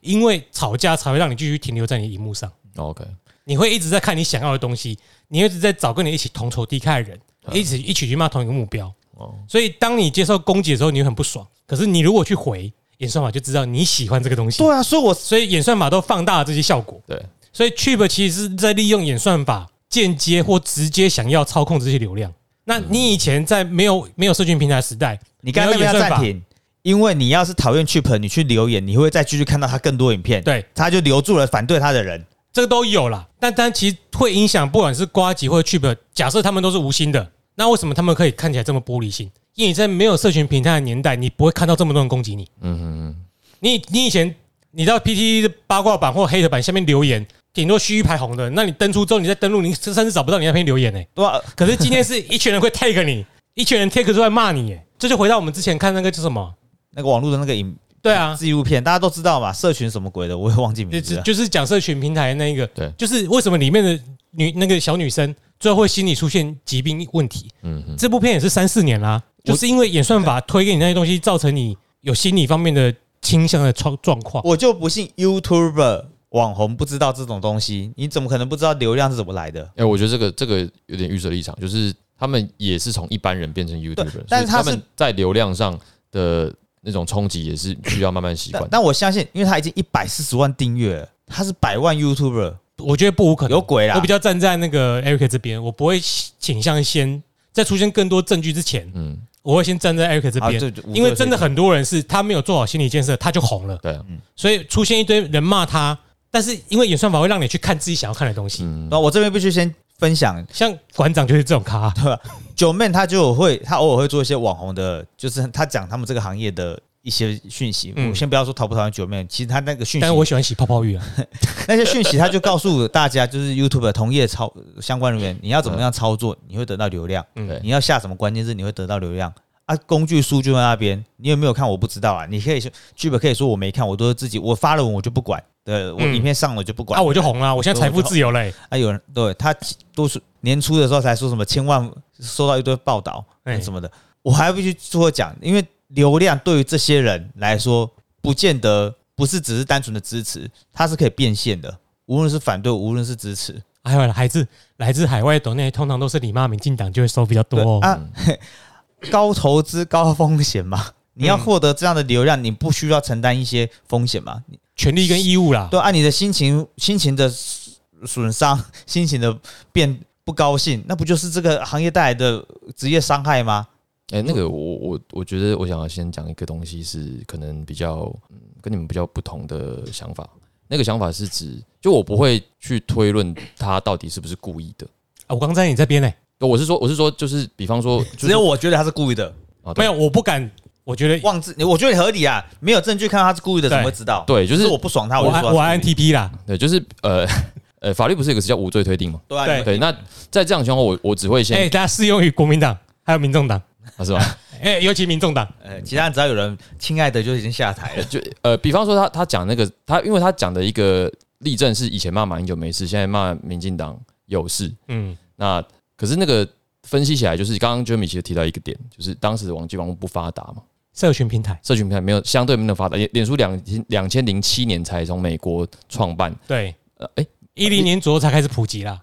Speaker 2: 因为吵架才会让你继续停留在你的荧幕上，
Speaker 3: OK，
Speaker 2: 你会一直在看你想要的东西，你会一直在找跟你一起同仇敌忾的人，一起一起去骂同一个目标。
Speaker 3: 哦，
Speaker 2: 所以当你接受攻击的时候，你会很不爽。可是你如果去回演算法，就知道你喜欢这个东西。
Speaker 1: 对啊，所以我
Speaker 2: 所以演算法都放大了这些效果。
Speaker 3: 对，
Speaker 2: 所以 Tube 其实是在利用演算法间接或直接想要操控这些流量。那你以前在没有没有社群平台时代，
Speaker 1: 你刚刚那边要暂停，因为你要是讨厌去盆，你去留言，你会再继续看到他更多影片，，
Speaker 2: 对
Speaker 1: 他就留住了反对他的人，
Speaker 2: 这个都有啦。但但其实会影响，不管是瓜吉或者 Tube，假设他们都是无心的，那为什么他们可以看起来这么玻璃心？因为你在没有社群平台的年代，你不会看到这么多人攻击你。
Speaker 3: 嗯嗯嗯，
Speaker 2: 你你以前你到 PT 的八卦版或黑的版下面留言，顶多虚一排红的，那你登出之后，你再登录，你甚至找不到你那篇留言呢、
Speaker 1: 对啊，
Speaker 2: 可是今天是一群人会 take 你， 一群人 take 出来骂你、耶，这就回到我们之前看那个叫什么？
Speaker 1: 那个网络的那个影
Speaker 2: 对啊，
Speaker 1: 纪录片，大家都知道嘛，社群什么鬼的，我也忘记
Speaker 2: 就
Speaker 1: 名字
Speaker 2: 就
Speaker 1: 了，
Speaker 2: 就是讲社群平台的那一个，
Speaker 3: 对
Speaker 2: 就是为什么里面的女那个小女生最后会心理出现疾病问题？
Speaker 3: 嗯嗯，
Speaker 2: 这部片也是三四年啦，就是因为演算法推给你那些东西，造成你有心理方面的倾向的状状况。
Speaker 1: 我就不信 YouTuber 网红不知道这种东西，你怎么可能不知道流量是怎么来的？
Speaker 3: 哎，我觉得这个这个有点预设立场，就是他们也是从一般人变成 YouTuber，
Speaker 1: 但是
Speaker 3: 所以
Speaker 1: 他
Speaker 3: 他
Speaker 1: 是
Speaker 3: 们在流量上的那种冲击也是需要慢慢习
Speaker 1: 但
Speaker 3: 惯。
Speaker 1: 但我相信，因为他已经一百四十万订阅了，他是百万 YouTuber，
Speaker 2: 我觉得不无可能，
Speaker 1: 有鬼啦！啊
Speaker 2: 我比较站在那个 Eric 这边，我不会倾向先在出现更多证据之前，
Speaker 3: 嗯，
Speaker 2: 我会先站在 Eric 这
Speaker 1: 啊
Speaker 2: 边，
Speaker 1: 对对
Speaker 2: 因为真的很多人是他没有做好心理建设，他就红了，
Speaker 3: 对啊，
Speaker 2: 所以出现一堆人骂他，但是因为演算法会让你去看自己想要看的东西，
Speaker 3: 嗯
Speaker 1: 那我这边必须先分享，
Speaker 2: 像馆长就是这种咖，
Speaker 1: 九妹她就有会，她偶尔会做一些网红的，就是她讲他们这个行业的一些讯息。
Speaker 2: 嗯
Speaker 1: 我先不要说讨不讨厌九妹，其实她那个讯息
Speaker 2: 但，我喜欢洗泡泡浴啊，
Speaker 1: 那些讯息，她就告诉大家，就是 YouTube 的同业操相关人员，你要怎么样操作，你会得到流量。
Speaker 2: 嗯
Speaker 3: 对
Speaker 1: 你要下什么关键字，你会得到流量啊。工具书就在那边，你有没有看我不知道啊。你可以说剧本可以说我没看，我都是自己我发了文我就不管，对我
Speaker 2: 嗯
Speaker 1: 影片上了就不管。
Speaker 2: 啊我就红了，我现在财富自由嘞、
Speaker 1: 啊，有人对他都是年初的时候才说什么千万收到一堆报道
Speaker 2: 哎
Speaker 1: 什么的，我还必须说讲，因为流量对于这些人来说，不见得不是只是单纯的支持，它是可以变现的，无论是反对，无论是支持。
Speaker 2: 还有哎来自来自海外的抖内，通常都是你骂民进党就会收比较多、
Speaker 1: 对
Speaker 2: 哦。
Speaker 1: 啊， 高投资高风险嘛，你要获得这样的流量，你不需要承担一些风险嘛？你
Speaker 2: 权利跟义务啦，
Speaker 1: 对，按、你的心情、心情的损伤、心情的变不高兴，那不就是这个行业带来的职业伤害吗？
Speaker 3: 哎，那个我我我觉得我想要先讲一个东西是可能比较嗯跟你们比较不同的想法。那个想法是指，就我不会去推论他到底是不是故意的。
Speaker 2: 啊我刚在你这边呢、
Speaker 3: 我是说，我是说，就是比方说，就是
Speaker 1: 只有我觉得他是故意的，
Speaker 2: 没
Speaker 3: 啊，对
Speaker 2: 有，我不敢，我觉得
Speaker 1: 妄自，我觉得合理啊，没有证据看到他是故意的，怎
Speaker 2: 对
Speaker 1: 么会知道？
Speaker 3: 对，就
Speaker 1: 就是是我不爽他，
Speaker 2: 我
Speaker 1: 就
Speaker 2: 按
Speaker 1: 说
Speaker 2: 我
Speaker 1: 他是
Speaker 2: 按
Speaker 1: 故意
Speaker 2: TP 啦，
Speaker 3: 对，就是呃呃，法律不是有个词叫无罪推定吗？
Speaker 1: 对啊，
Speaker 2: 对
Speaker 1: 你
Speaker 3: 对，那在这样的情况，我我只会
Speaker 2: 哎、
Speaker 3: 先、
Speaker 2: 大家适用于国民党还有民众党，
Speaker 3: 啊是吧？
Speaker 2: 哎、尤其民众党，
Speaker 1: 呃，其他人只要有人亲爱的就已经下台了，
Speaker 3: 就呃，比方说他他讲那个他，因为他讲的一个例证是以前骂马英九没事，现在骂民进党有事。
Speaker 2: 嗯，
Speaker 3: 那可是那个分析起来，就是刚刚 Jeremy 其实提到一个点，就是当时的网际网络不发达嘛，
Speaker 2: 社群平台，
Speaker 3: 社群平台没有相对没有发达，脸脸书两两千零七年才从美国创办，
Speaker 2: 对，
Speaker 3: 呃，哎、
Speaker 2: 一零年左右才开始普及啦，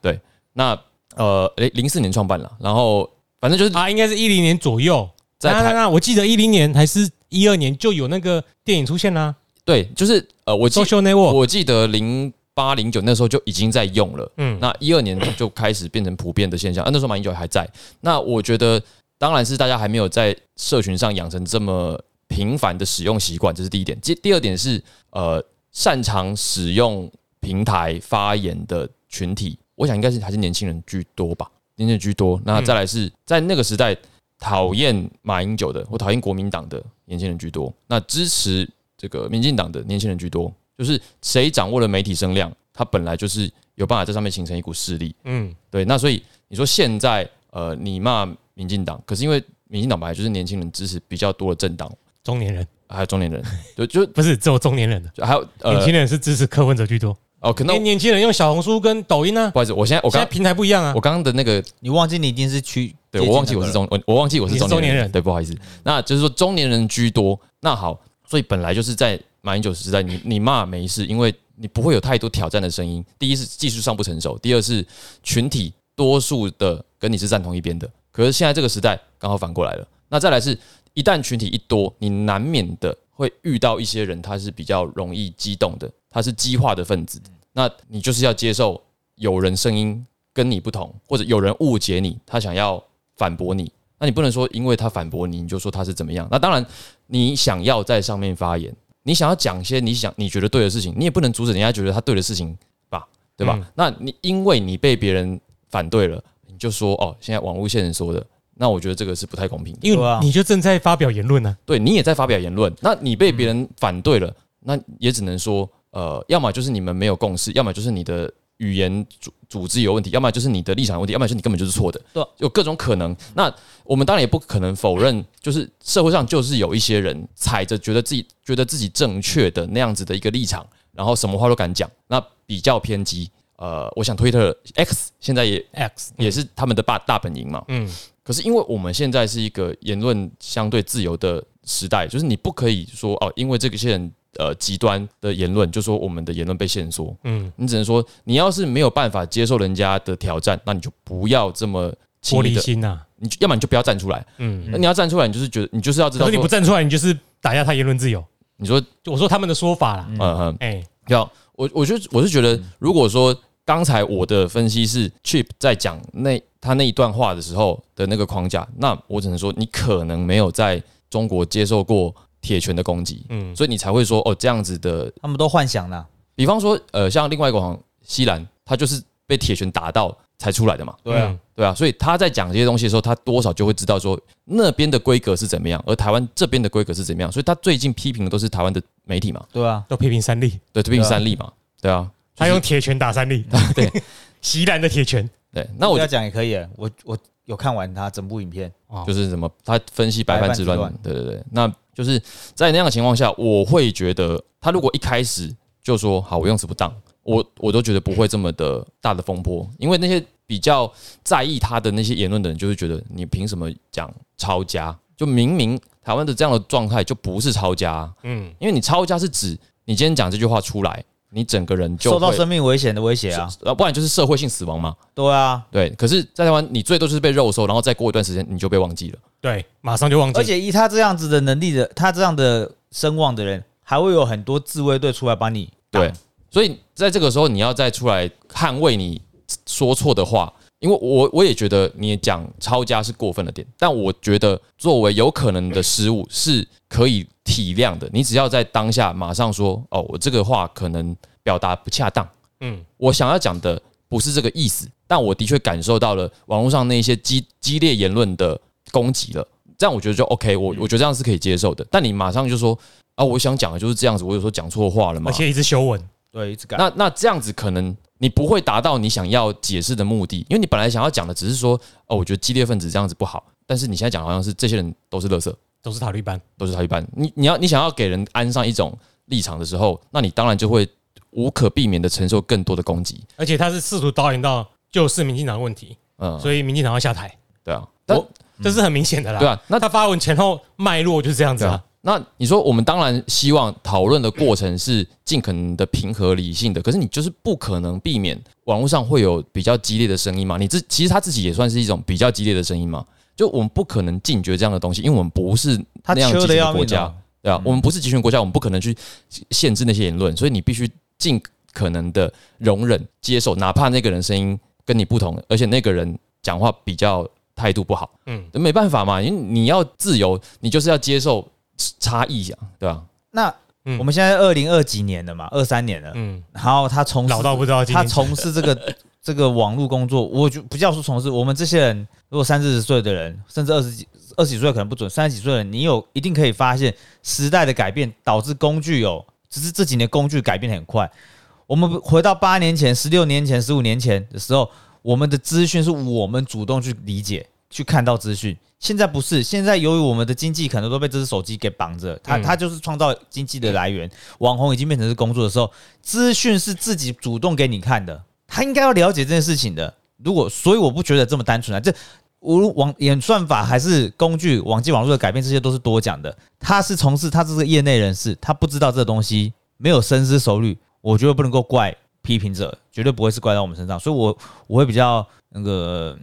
Speaker 3: 那呃，哎，零四年创办了，然后反正就是
Speaker 2: 啊，应该是一零年左右，
Speaker 3: 在
Speaker 2: 那那
Speaker 3: 台
Speaker 2: 那，我记得一零年还是一二年就有那个电影出现啦，
Speaker 3: 对，就是呃，我记
Speaker 2: Social Network，
Speaker 3: 我记得零八零九那时候就已经在用了。
Speaker 2: 嗯，
Speaker 3: 那一二年就开始变成普遍的现象。啊，那时候马英九还在。那我觉得，当然是大家还没有在社群上养成这么频繁的使用习惯，这是第一点。第第二点是，呃，擅长使用平台发言的群体，我想应该是还是年轻人居多吧，年轻人居多。那再来是在那个时代，讨厌马英九的或讨厌国民党的年轻人居多，那支持这个民进党的年轻人居多。就是谁掌握了媒体声量，他本来就是有办法在上面形成一股势力。
Speaker 2: 嗯，
Speaker 3: 对，那所以你说现在呃，你骂民进党，可是因为民进党本来就是年轻人支持比较多的政党，
Speaker 2: 中年人
Speaker 3: 还有中年人，对，就
Speaker 2: 不是只有中年人的，
Speaker 3: 就还有
Speaker 2: 年
Speaker 3: 呃
Speaker 2: 轻人是支持柯文哲居多。
Speaker 3: 哦，可
Speaker 2: 那、
Speaker 3: 能我
Speaker 2: 年轻人用小红书跟抖音呢、
Speaker 3: 不好意思，我现在我
Speaker 2: 啊，现在
Speaker 3: 刚
Speaker 2: 平台不一样啊
Speaker 3: 我。刚刚的那个，
Speaker 1: 你忘记你一定是区，
Speaker 3: 对我忘记我是中我我忘记我是
Speaker 2: 你是
Speaker 3: 中
Speaker 2: 中年
Speaker 3: 年人，
Speaker 2: 人
Speaker 3: 对，不好意思，那就是说中年人居多。那好，所以本来就是在马英九时代，你你骂没事，因为你不会有太多挑战的声音。第一是技术上不成熟，第二是群体多数的跟你是站同一边的。可是现在这个时代刚好反过来了。那再来是一旦群体一多，你难免的会遇到一些人，他是比较容易激动的，他是激化的分子。
Speaker 2: 嗯
Speaker 3: 那你就是要接受有人声音跟你不同，或者有人误解你，他想要反驳你。那你不能说因为他反驳你，你就说他是怎么样。那当然，你想要在上面发言，你想要讲些你想你觉得对的事情，你也不能阻止人家觉得他对的事情吧，对吧？
Speaker 2: 嗯
Speaker 3: 那你因为你被别人反对了，你就说哦，现在网络线人说的，那我觉得这个是不太公平的。
Speaker 2: 因
Speaker 1: 对
Speaker 2: 为
Speaker 1: 啊
Speaker 2: 你就正在发表言论呢、啊
Speaker 3: 对你也在发表言论，那你被别人反对了，那也只能说，呃，要么就是你们没有共识，要么就是你的语言组组织有问题，要么就是你的立场有问题，要么就是你根本就是错的，
Speaker 1: 对啊
Speaker 3: 有各种可能。那我们当然也不可能否认，就是社会上就是有一些人踩着觉得自己觉得自己正确的那样子的一个立场，然后什么话都敢讲，那比较偏激。呃，我想推特 X 现在也
Speaker 2: X
Speaker 3: 也是他们的大大本营嘛，
Speaker 2: 嗯，
Speaker 3: 可是因为我们现在是一个言论相对自由的时代，就是你不可以说哦，因为这些人呃极端的言论，就说我们的言论被限缩。
Speaker 2: 嗯，
Speaker 3: 你只能说，你要是没有办法接受人家的挑战，那你就不要这么
Speaker 2: 玻
Speaker 3: 轻易
Speaker 2: 璃
Speaker 3: 的，
Speaker 2: 心呐、啊。
Speaker 3: 你就要么你就不要站出来。
Speaker 2: 嗯，
Speaker 3: 那你要站出来，你就是觉得你就是要知
Speaker 2: 可
Speaker 3: 道
Speaker 2: 是你
Speaker 3: 说
Speaker 2: 不，嗯站出来，你就是打压他言论自由。
Speaker 3: 你说
Speaker 2: 就我说他们的说法啦，
Speaker 3: 嗯嗯，
Speaker 2: 哎、
Speaker 3: 要我，我就我是觉得，如果说刚才我的分析是 Chip 在讲那他那一段话的时候的那个框架，那我只能说你可能没有在中国接受过铁拳的攻击，
Speaker 2: 嗯，
Speaker 3: 所以你才会说哦这样子的。
Speaker 1: 他们都幻想啦，
Speaker 3: 比方说，呃，像另外一个好像西兰，他就是被铁拳打到才出来的嘛，
Speaker 1: 对啊
Speaker 2: 嗯，
Speaker 3: 对啊，所以他在讲这些东西的时候，他多少就会知道说那边的规格是怎么样，而台湾这边的规格是怎么样，所以他最近批评的都是台湾的媒体嘛，
Speaker 1: 对啊，
Speaker 2: 都批评三立，
Speaker 3: 对，批评
Speaker 1: 对啊
Speaker 3: 三立嘛，对啊，
Speaker 2: 他用铁拳打三立，
Speaker 3: 对，
Speaker 2: 席兰的铁拳。
Speaker 3: 对，那我
Speaker 1: 不
Speaker 3: 就
Speaker 1: 要讲也可以了，我我有看完他整部影片，
Speaker 3: 就是什么，他分析白
Speaker 1: 白
Speaker 3: 饭
Speaker 1: 饭
Speaker 3: 之
Speaker 1: 之
Speaker 3: 乱
Speaker 1: 乱，
Speaker 3: 对对对，那就是在那样的情况下，我会觉得他如果一开始就说好，我用词不当，我我都觉得不会这么的大的风波，因为那些比较在意他的那些言论的人，就会觉得你凭什么讲抄家？就明明台湾的这样的状态就不是抄家啊、
Speaker 2: 嗯，
Speaker 3: 因为你抄家是指你今天讲这句话出来，你整个人就
Speaker 1: 受到
Speaker 3: 会
Speaker 1: 生命危险的威胁啊，
Speaker 3: 呃，不然就是社会性死亡嘛。
Speaker 1: 对啊，
Speaker 3: 对，可是，在台湾，你最多就是被肉搜，然后再过一段时间你就被忘记了。
Speaker 2: 对，马上就忘记。
Speaker 1: 而且以他这样子的能力的，他这样的声望的人，还会有很多自卫队出来把你挡
Speaker 3: 对，所以在这个时候，你要再出来捍卫你说错的话，因为我我也觉得你讲抄家是过分了点，但我觉得作为有可能的失误是可以体谅的。你只要在当下马上说，哦，我这个话可能表达不恰当，
Speaker 2: 嗯，
Speaker 3: 我想要讲的不是这个意思，但我的确感受到了网络上那些激激烈言论的攻击了。这样我觉得就 OK，我我觉得这样是可以接受的。但你马上就说啊，我想讲的就是这样子，我有时候讲错话了嘛
Speaker 2: 而。且一直修文。
Speaker 1: 对，一直改。
Speaker 3: 那那这样子可能你不会达到你想要解释的目的，因为你本来想要讲的只是说，哦，我觉得激烈分子这样子不好，但是你现在讲好像是这些人都是垃圾，
Speaker 2: 都是塔利班，
Speaker 3: 都是他一般。你你要你想要给人安上一种立场的时候，那你当然就会无可避免的承受更多的攻击。
Speaker 2: 而且他是试图导演到就是民进党的问题，
Speaker 3: 嗯，
Speaker 2: 所以民进党要下台，
Speaker 3: 对啊，但
Speaker 2: 我这是很明显的啦。
Speaker 3: 对啊，那
Speaker 2: 他发文前后脉络就是这样子
Speaker 3: 对
Speaker 2: 啊
Speaker 3: 啊。，那你说我们当然希望讨论的过程是尽可能的平和理性的，可是你就是不可能避免网络上会有比较激烈的声音嘛。你自其实他自己也算是一种比较激烈的声音嘛。就我们不可能禁绝这样的东西，因为我们不是
Speaker 1: 他
Speaker 3: 那样
Speaker 1: 缺
Speaker 3: 激
Speaker 1: 的
Speaker 3: 进的
Speaker 1: 要
Speaker 3: 国
Speaker 1: 命
Speaker 3: 家。
Speaker 1: 哦，
Speaker 3: 对啊，我们不是集权国家，我们不可能去限制那些言论，所以你必须尽可能的容忍、接受，哪怕那个人声音跟你不同，而且那个人讲话比较态度不好，
Speaker 2: 嗯，
Speaker 3: 没办法嘛，因为你要自由，你就是要接受差异啊，对吧、
Speaker 1: 那
Speaker 2: 嗯
Speaker 1: 我们现在二零二几年了嘛，二三年了，
Speaker 2: 嗯，
Speaker 1: 然后他从事
Speaker 2: 老到不知道今
Speaker 1: 他
Speaker 2: 天
Speaker 1: 从事这个 这个网络工作，我就不叫说从事，我们这些人如果三四十岁的人，甚至二十几二十几岁可能不准，三十几岁的人，你有一定可以发现时代的改变导致工具有，只是这几年工具改变得很快。我们回到八年前、十六年前、十五年前的时候，我们的资讯是我们主动去理解、去看到资讯。现在不是，现在由于我们的经济可能都被这只手机给绑着，它
Speaker 2: 嗯
Speaker 1: 它就是创造经济的来源。网红已经变成是工作的时候，资讯是自己主动给你看的，他应该要了解这件事情的。如果，所以我不觉得这么单纯啊，这无论网演算法还是工具、网际网络的改变，这些都是多讲的。他是从事他这个业内人士，他不知道这东西，没有深思熟虑，我觉得不能够怪批评者，绝对不会是怪到我们身上。所以我，我会比较那个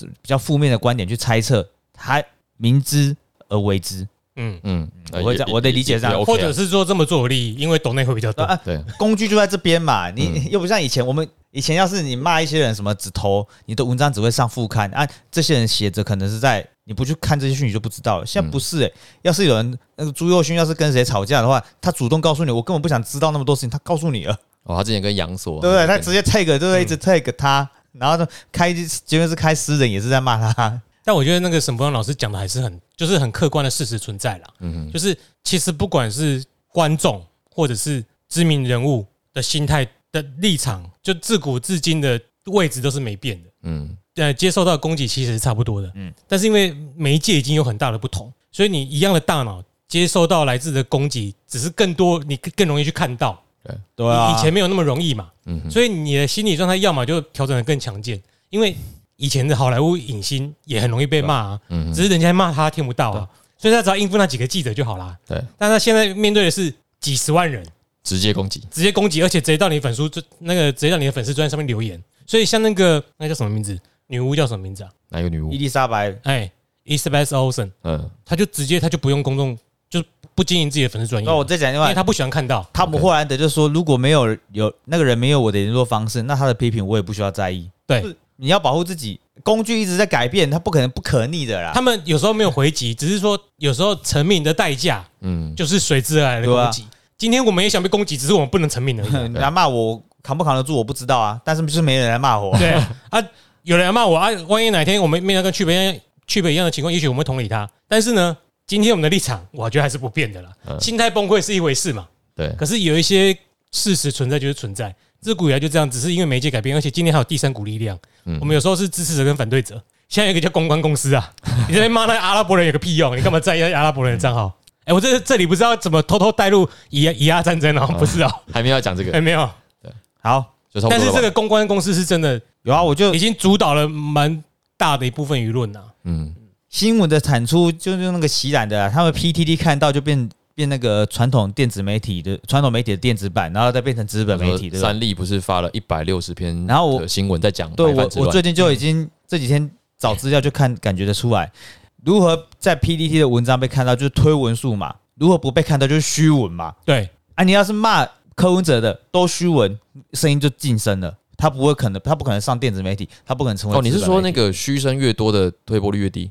Speaker 1: 呃比较负面的观点去猜测，他明知而为之。
Speaker 2: 嗯，
Speaker 3: 嗯，
Speaker 1: 我会这样
Speaker 3: 也
Speaker 1: 我得理解
Speaker 3: 也
Speaker 1: 这样
Speaker 3: 也 OK 啊
Speaker 2: 或者是说这么做有利益，因为抖内会比较多
Speaker 1: 啊。
Speaker 3: 对，
Speaker 1: 工具就在这边嘛，你、又不像以前我们。以前要是你骂一些人什么只投，你的文章只会上副刊啊，这些人写着可能是在你不去看这些讯息就不知道了。现在不是诶、要是有人那个朱佑勋要是跟谁吵架的话，他主动告诉你，我根本不想知道那么多事情，他告诉你了，
Speaker 3: 哦，他之前跟杨所，
Speaker 1: 对不对？他
Speaker 3: 跟
Speaker 1: 直接 tag 对不
Speaker 2: 嗯
Speaker 1: 对？一直 tag 他，然后呢开即便是开私人也是在骂 他，
Speaker 2: 但我觉得那个沈博阳老师讲的还是很，就是很客观的事实存在啦。
Speaker 3: 嗯哼
Speaker 2: 就是其实不管是观众或者是知名人物的心态的立场，就自古至今的位置都是没变的。
Speaker 3: 嗯
Speaker 2: 呃，接受到的攻击其实是差不多的，
Speaker 1: 嗯
Speaker 2: 嗯，但是因为媒介已经有很大的不同，所以你一样的大脑接受到来自的攻击，只是更多，你更更容易去看到，
Speaker 1: 对啊，
Speaker 2: 以前没有那么容易嘛，
Speaker 3: 嗯哼，
Speaker 2: 所以你的心理状态要么就调整的更强健，因为以前的好莱坞影星也很容易被骂啊，
Speaker 3: 嗯
Speaker 2: 只
Speaker 3: 哼，
Speaker 2: 是人家骂他听不到啊，所以他只要应付那几个记者就好啦。
Speaker 3: 对，
Speaker 2: 但他现在面对的是几十万人
Speaker 3: 直接攻击，
Speaker 2: 直接攻击，而且直接到你粉丝专那个直接到你的粉丝专页上面留言，所以像那个那叫什么名字，女巫叫什么名字啊？
Speaker 3: 哪一个女巫
Speaker 1: 伊？丽莎白
Speaker 2: 哎 e s b e s Olsen，
Speaker 3: 嗯，
Speaker 2: 他就直接他就不用公众，就不经营自己的粉丝专业，
Speaker 1: 那我
Speaker 2: 因
Speaker 1: 再讲另外
Speaker 2: 为他不喜欢看到。
Speaker 1: 汤姆
Speaker 3: OK
Speaker 1: 霍兰德就说，如果没有有那个人没有我的联络方式，那他的批评我也不需要在意。
Speaker 2: 对
Speaker 1: 就是你要保护自己，工具一直在改变，它不可能不可逆的啦。
Speaker 2: 他们有时候没有回击，只是说有时候成名的代价
Speaker 3: 嗯，
Speaker 2: 就是随之而来的攻击。今天我们也想被攻击，只是我们不能成名而已。
Speaker 1: 嗯你来骂我扛不扛得住，我不知道啊，但是就是没人来骂我啊、
Speaker 2: 对啊，啊有人骂我啊，万一哪天我们面对跟去北一样去北一样的情况，也许我们会同理他。但是呢，今天我们的立场，我觉得还是不变的啦。
Speaker 3: 嗯
Speaker 2: 心态崩溃是一回事嘛，
Speaker 3: 对，
Speaker 2: 可是有一些事实存在就是存在，自古以来就这样，只是因为媒介改变，而且今天还有第三股力量。
Speaker 3: 嗯
Speaker 2: 我们有时候是支持者跟反对者。现在有一个叫公关公司啊，你这边骂那个阿拉伯人有个屁用？你干嘛在意阿拉伯人的账号？哎、我这这里不知道怎么偷偷带入以以阿战争哦，不是哦，
Speaker 3: 还没有要讲这
Speaker 2: 哎、
Speaker 3: 个，
Speaker 2: 没有。
Speaker 1: 好，
Speaker 3: 就差不多
Speaker 2: 但是
Speaker 3: 了吧
Speaker 2: 这个，公关公司是真的
Speaker 1: 有啊，我就
Speaker 2: 已经主导了蛮大的一部分舆论啊呐。
Speaker 3: 嗯，
Speaker 1: 新闻的产出就是那个洗染的啊、他们 PTT 看到就变变那个传统电子媒体的传统媒体的电子版，然后再变成资本媒体，对吧？
Speaker 3: 三立不是发了一百六十篇，
Speaker 1: 然后我
Speaker 3: 新闻在讲
Speaker 1: 对
Speaker 3: 白
Speaker 1: 我
Speaker 3: 饭，之
Speaker 1: 我
Speaker 3: 乱
Speaker 1: 最近就已经这几天找资料就看，感觉得出来，如何在 PPT 的文章被看到就是推文数嘛，如何不被看到就是虚文嘛。
Speaker 2: 对，
Speaker 1: 啊，你要是骂柯文哲的都虚文，声音就晋升了，他不会可能，他不可能上电子媒体，他不可能成为
Speaker 3: 哦，你是
Speaker 1: 资本媒
Speaker 3: 说
Speaker 1: 体
Speaker 3: 那个嘘声越多的推播率越低？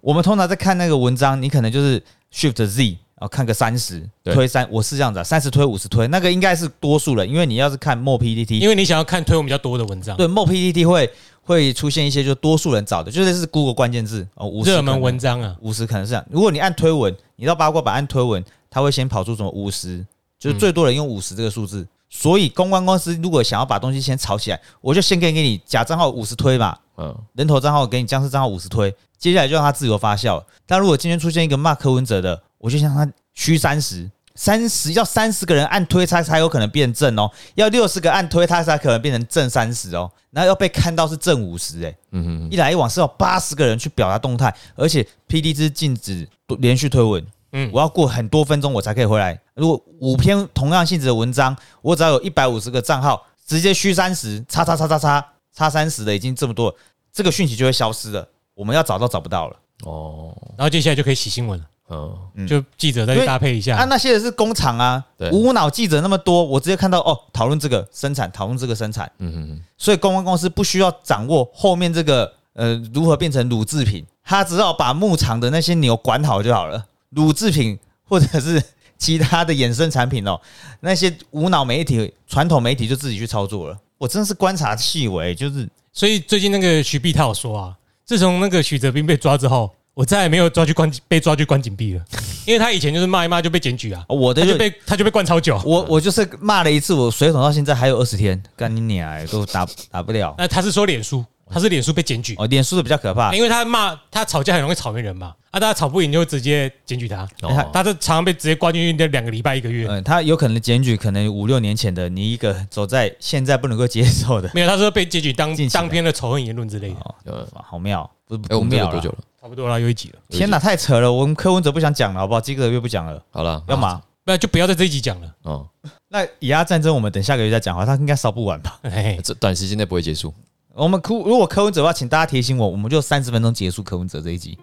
Speaker 1: 我们通常在看那个文章，你可能就是 Shift Z，然后看个三十
Speaker 3: 对
Speaker 1: 推三，我是这样子、啊，三十推五十推，那个应该是多数人，因为你要是看默 PPT，
Speaker 2: 因为你想要看推文比较多的文章，
Speaker 1: 对，某 PPT 会会出现一些就多数人找的，就是是 Google 关键字哦，50
Speaker 2: 热门文
Speaker 1: 可
Speaker 2: 章啊，
Speaker 1: 能，五十可能是这样。如果你按推文，你到八卦版按推文，它会先跑出什么五十，
Speaker 2: 嗯
Speaker 1: 就是最多人用五十这个数字。所以公关公司如果想要把东西先炒起来，我就先给给你假账号五十推嘛，
Speaker 3: 嗯，
Speaker 1: 人头账号给你僵尸账号五十推，接下来就让它自由发酵。但如果今天出现一个骂柯文哲的，我就想让他虚三十。三十要三十个人按推，他才有可能变正哦；要六十个按推，他才可能变成正三十哦。然后要被看到是正五十，哎，
Speaker 3: 嗯哼哼，
Speaker 1: 一来一往是要八十个人去表达动态，而且 P D 是禁止连续推文，
Speaker 2: 嗯
Speaker 1: 我要过很多分钟我才可以回来。如果五篇同样性质的文章，我只要有一百五十个账号，直接虚三十，叉叉叉叉叉叉三十的已经这么多了，这个讯息就会消失了。我们要找到找不到了，
Speaker 3: 哦，
Speaker 2: 然后接下来就可以洗新闻了。
Speaker 3: 嗯，
Speaker 1: 嗯
Speaker 2: 就记者再去搭配一
Speaker 1: 啊，
Speaker 2: 下。
Speaker 1: 那些是工厂啊
Speaker 3: 对，
Speaker 1: 无脑记者那么多，我直接看到哦，讨论这个生产，讨论这个生产，
Speaker 3: 嗯哼哼，
Speaker 1: 所以公关公司不需要掌握后面这个呃如何变成乳制品，他只好把牧场的那些牛管好就好了。乳制品或者是其他的衍生产品哦，那些无脑媒体、传统媒体就自己去操作了。我真是观察细微，就是
Speaker 2: 所以最近那个徐碧他有说啊，自从那个许哲斌被抓之后，我再也没有抓去关被抓去关禁闭了，因为他以前就是骂一骂就被检举啊，
Speaker 1: 我的
Speaker 2: 他
Speaker 1: 就
Speaker 2: 就被他就被关啊超久。
Speaker 1: 我我就是骂了一次，我水桶到现在还有二十天，干你娘、欸，都打打不了。
Speaker 2: 那他是说脸书，他是脸书被检举，
Speaker 1: 哦，脸书的比较可怕，
Speaker 2: 因为他骂他吵架很容易吵赢人嘛，啊，大家吵不赢就直接检举他，
Speaker 3: 哦
Speaker 2: 他就常常被直接关进去两个礼拜一个月。
Speaker 1: 嗯，他有可能检举，可能五六年前的你一个走在现在不能够接受的，
Speaker 2: 没有，他说被检举当
Speaker 1: 近期的
Speaker 2: 当篇的仇恨言论之类的，
Speaker 3: 呃，
Speaker 1: 哇好妙，不
Speaker 3: 哎，
Speaker 1: 嗯不
Speaker 3: 我们这个
Speaker 1: 妙
Speaker 3: 多
Speaker 1: 了
Speaker 3: 久。了？
Speaker 2: 差不多啦，有一集了，
Speaker 1: 天哪，太扯了！我们柯文哲不想讲了，好不好？基哥又不讲了，
Speaker 3: 好了，
Speaker 1: 要嘛？
Speaker 2: 不然就不要在这一集讲了，
Speaker 3: 哦，
Speaker 1: 那以阿战争，我们等下个月再讲好，他应该烧不完吧？
Speaker 2: 哎，
Speaker 3: 这短时间内不会结束。
Speaker 1: 我们哭，如果柯文哲的话，请大家提醒我，我们就三十分钟结束柯文哲这一集。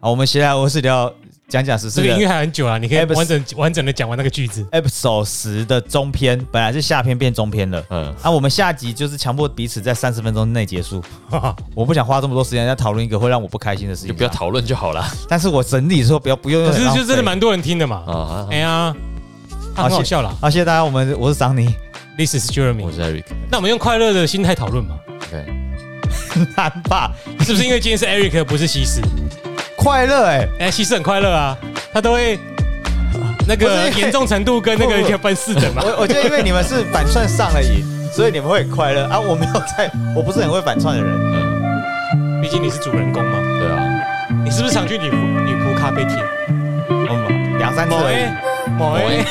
Speaker 1: 好，我们先来，我是聊讲讲实
Speaker 2: 这
Speaker 1: 事
Speaker 2: 个音乐
Speaker 1: 的
Speaker 2: 还很久啊，你可以
Speaker 1: 哎不是
Speaker 2: 完整完整的讲完那个句子。
Speaker 1: episode 十的中篇，本来是下篇变中篇了。
Speaker 3: 嗯，
Speaker 1: 啊，我们下集就是强迫彼此在三十分钟内结束。我不想花这么多时间在讨论一个会让我不开心的事情
Speaker 3: 就
Speaker 1: 上，
Speaker 3: 不要讨论就好了
Speaker 1: 但是我整理之后不要不用，
Speaker 2: 可是就真的蛮多人听的嘛。
Speaker 3: 啊。
Speaker 2: 哎呀，他很好笑啦。
Speaker 1: 好，啊谢谢大家，我们我是赏你，
Speaker 2: This is
Speaker 3: 我
Speaker 2: Jeremy。
Speaker 3: 是 Eric，OK，
Speaker 2: 那我们用快乐的心态讨论嘛，
Speaker 1: 哎难吧？
Speaker 2: 是不是因为今天是 Eric 不是西施？
Speaker 1: 快乐哎、
Speaker 2: 哎，西施很快乐啊，他都会那个
Speaker 1: 不是
Speaker 2: 严重程度跟那个
Speaker 1: 不不
Speaker 2: 要分四等嘛。
Speaker 1: 我我觉得因为你们是反串上了瘾，所以你们会很快乐啊！我没有在，我不是很会反串的人。
Speaker 3: 嗯，
Speaker 2: 毕竟你是主人公嘛，
Speaker 3: 对啊，
Speaker 2: 你是不是常去女仆女仆咖啡厅？
Speaker 1: 我们两三次
Speaker 2: 某
Speaker 1: 而
Speaker 2: A
Speaker 1: 已
Speaker 2: 某 A
Speaker 3: 喂。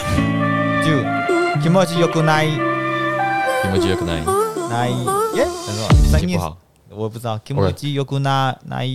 Speaker 1: 就 Kimochi Yoku Nai
Speaker 3: 有没有觉得可能
Speaker 1: Nai 耶，什么
Speaker 3: 写
Speaker 1: 声
Speaker 3: 不
Speaker 1: 音？
Speaker 3: 好？
Speaker 1: 我不知道 Kimochi Yoku Na Nai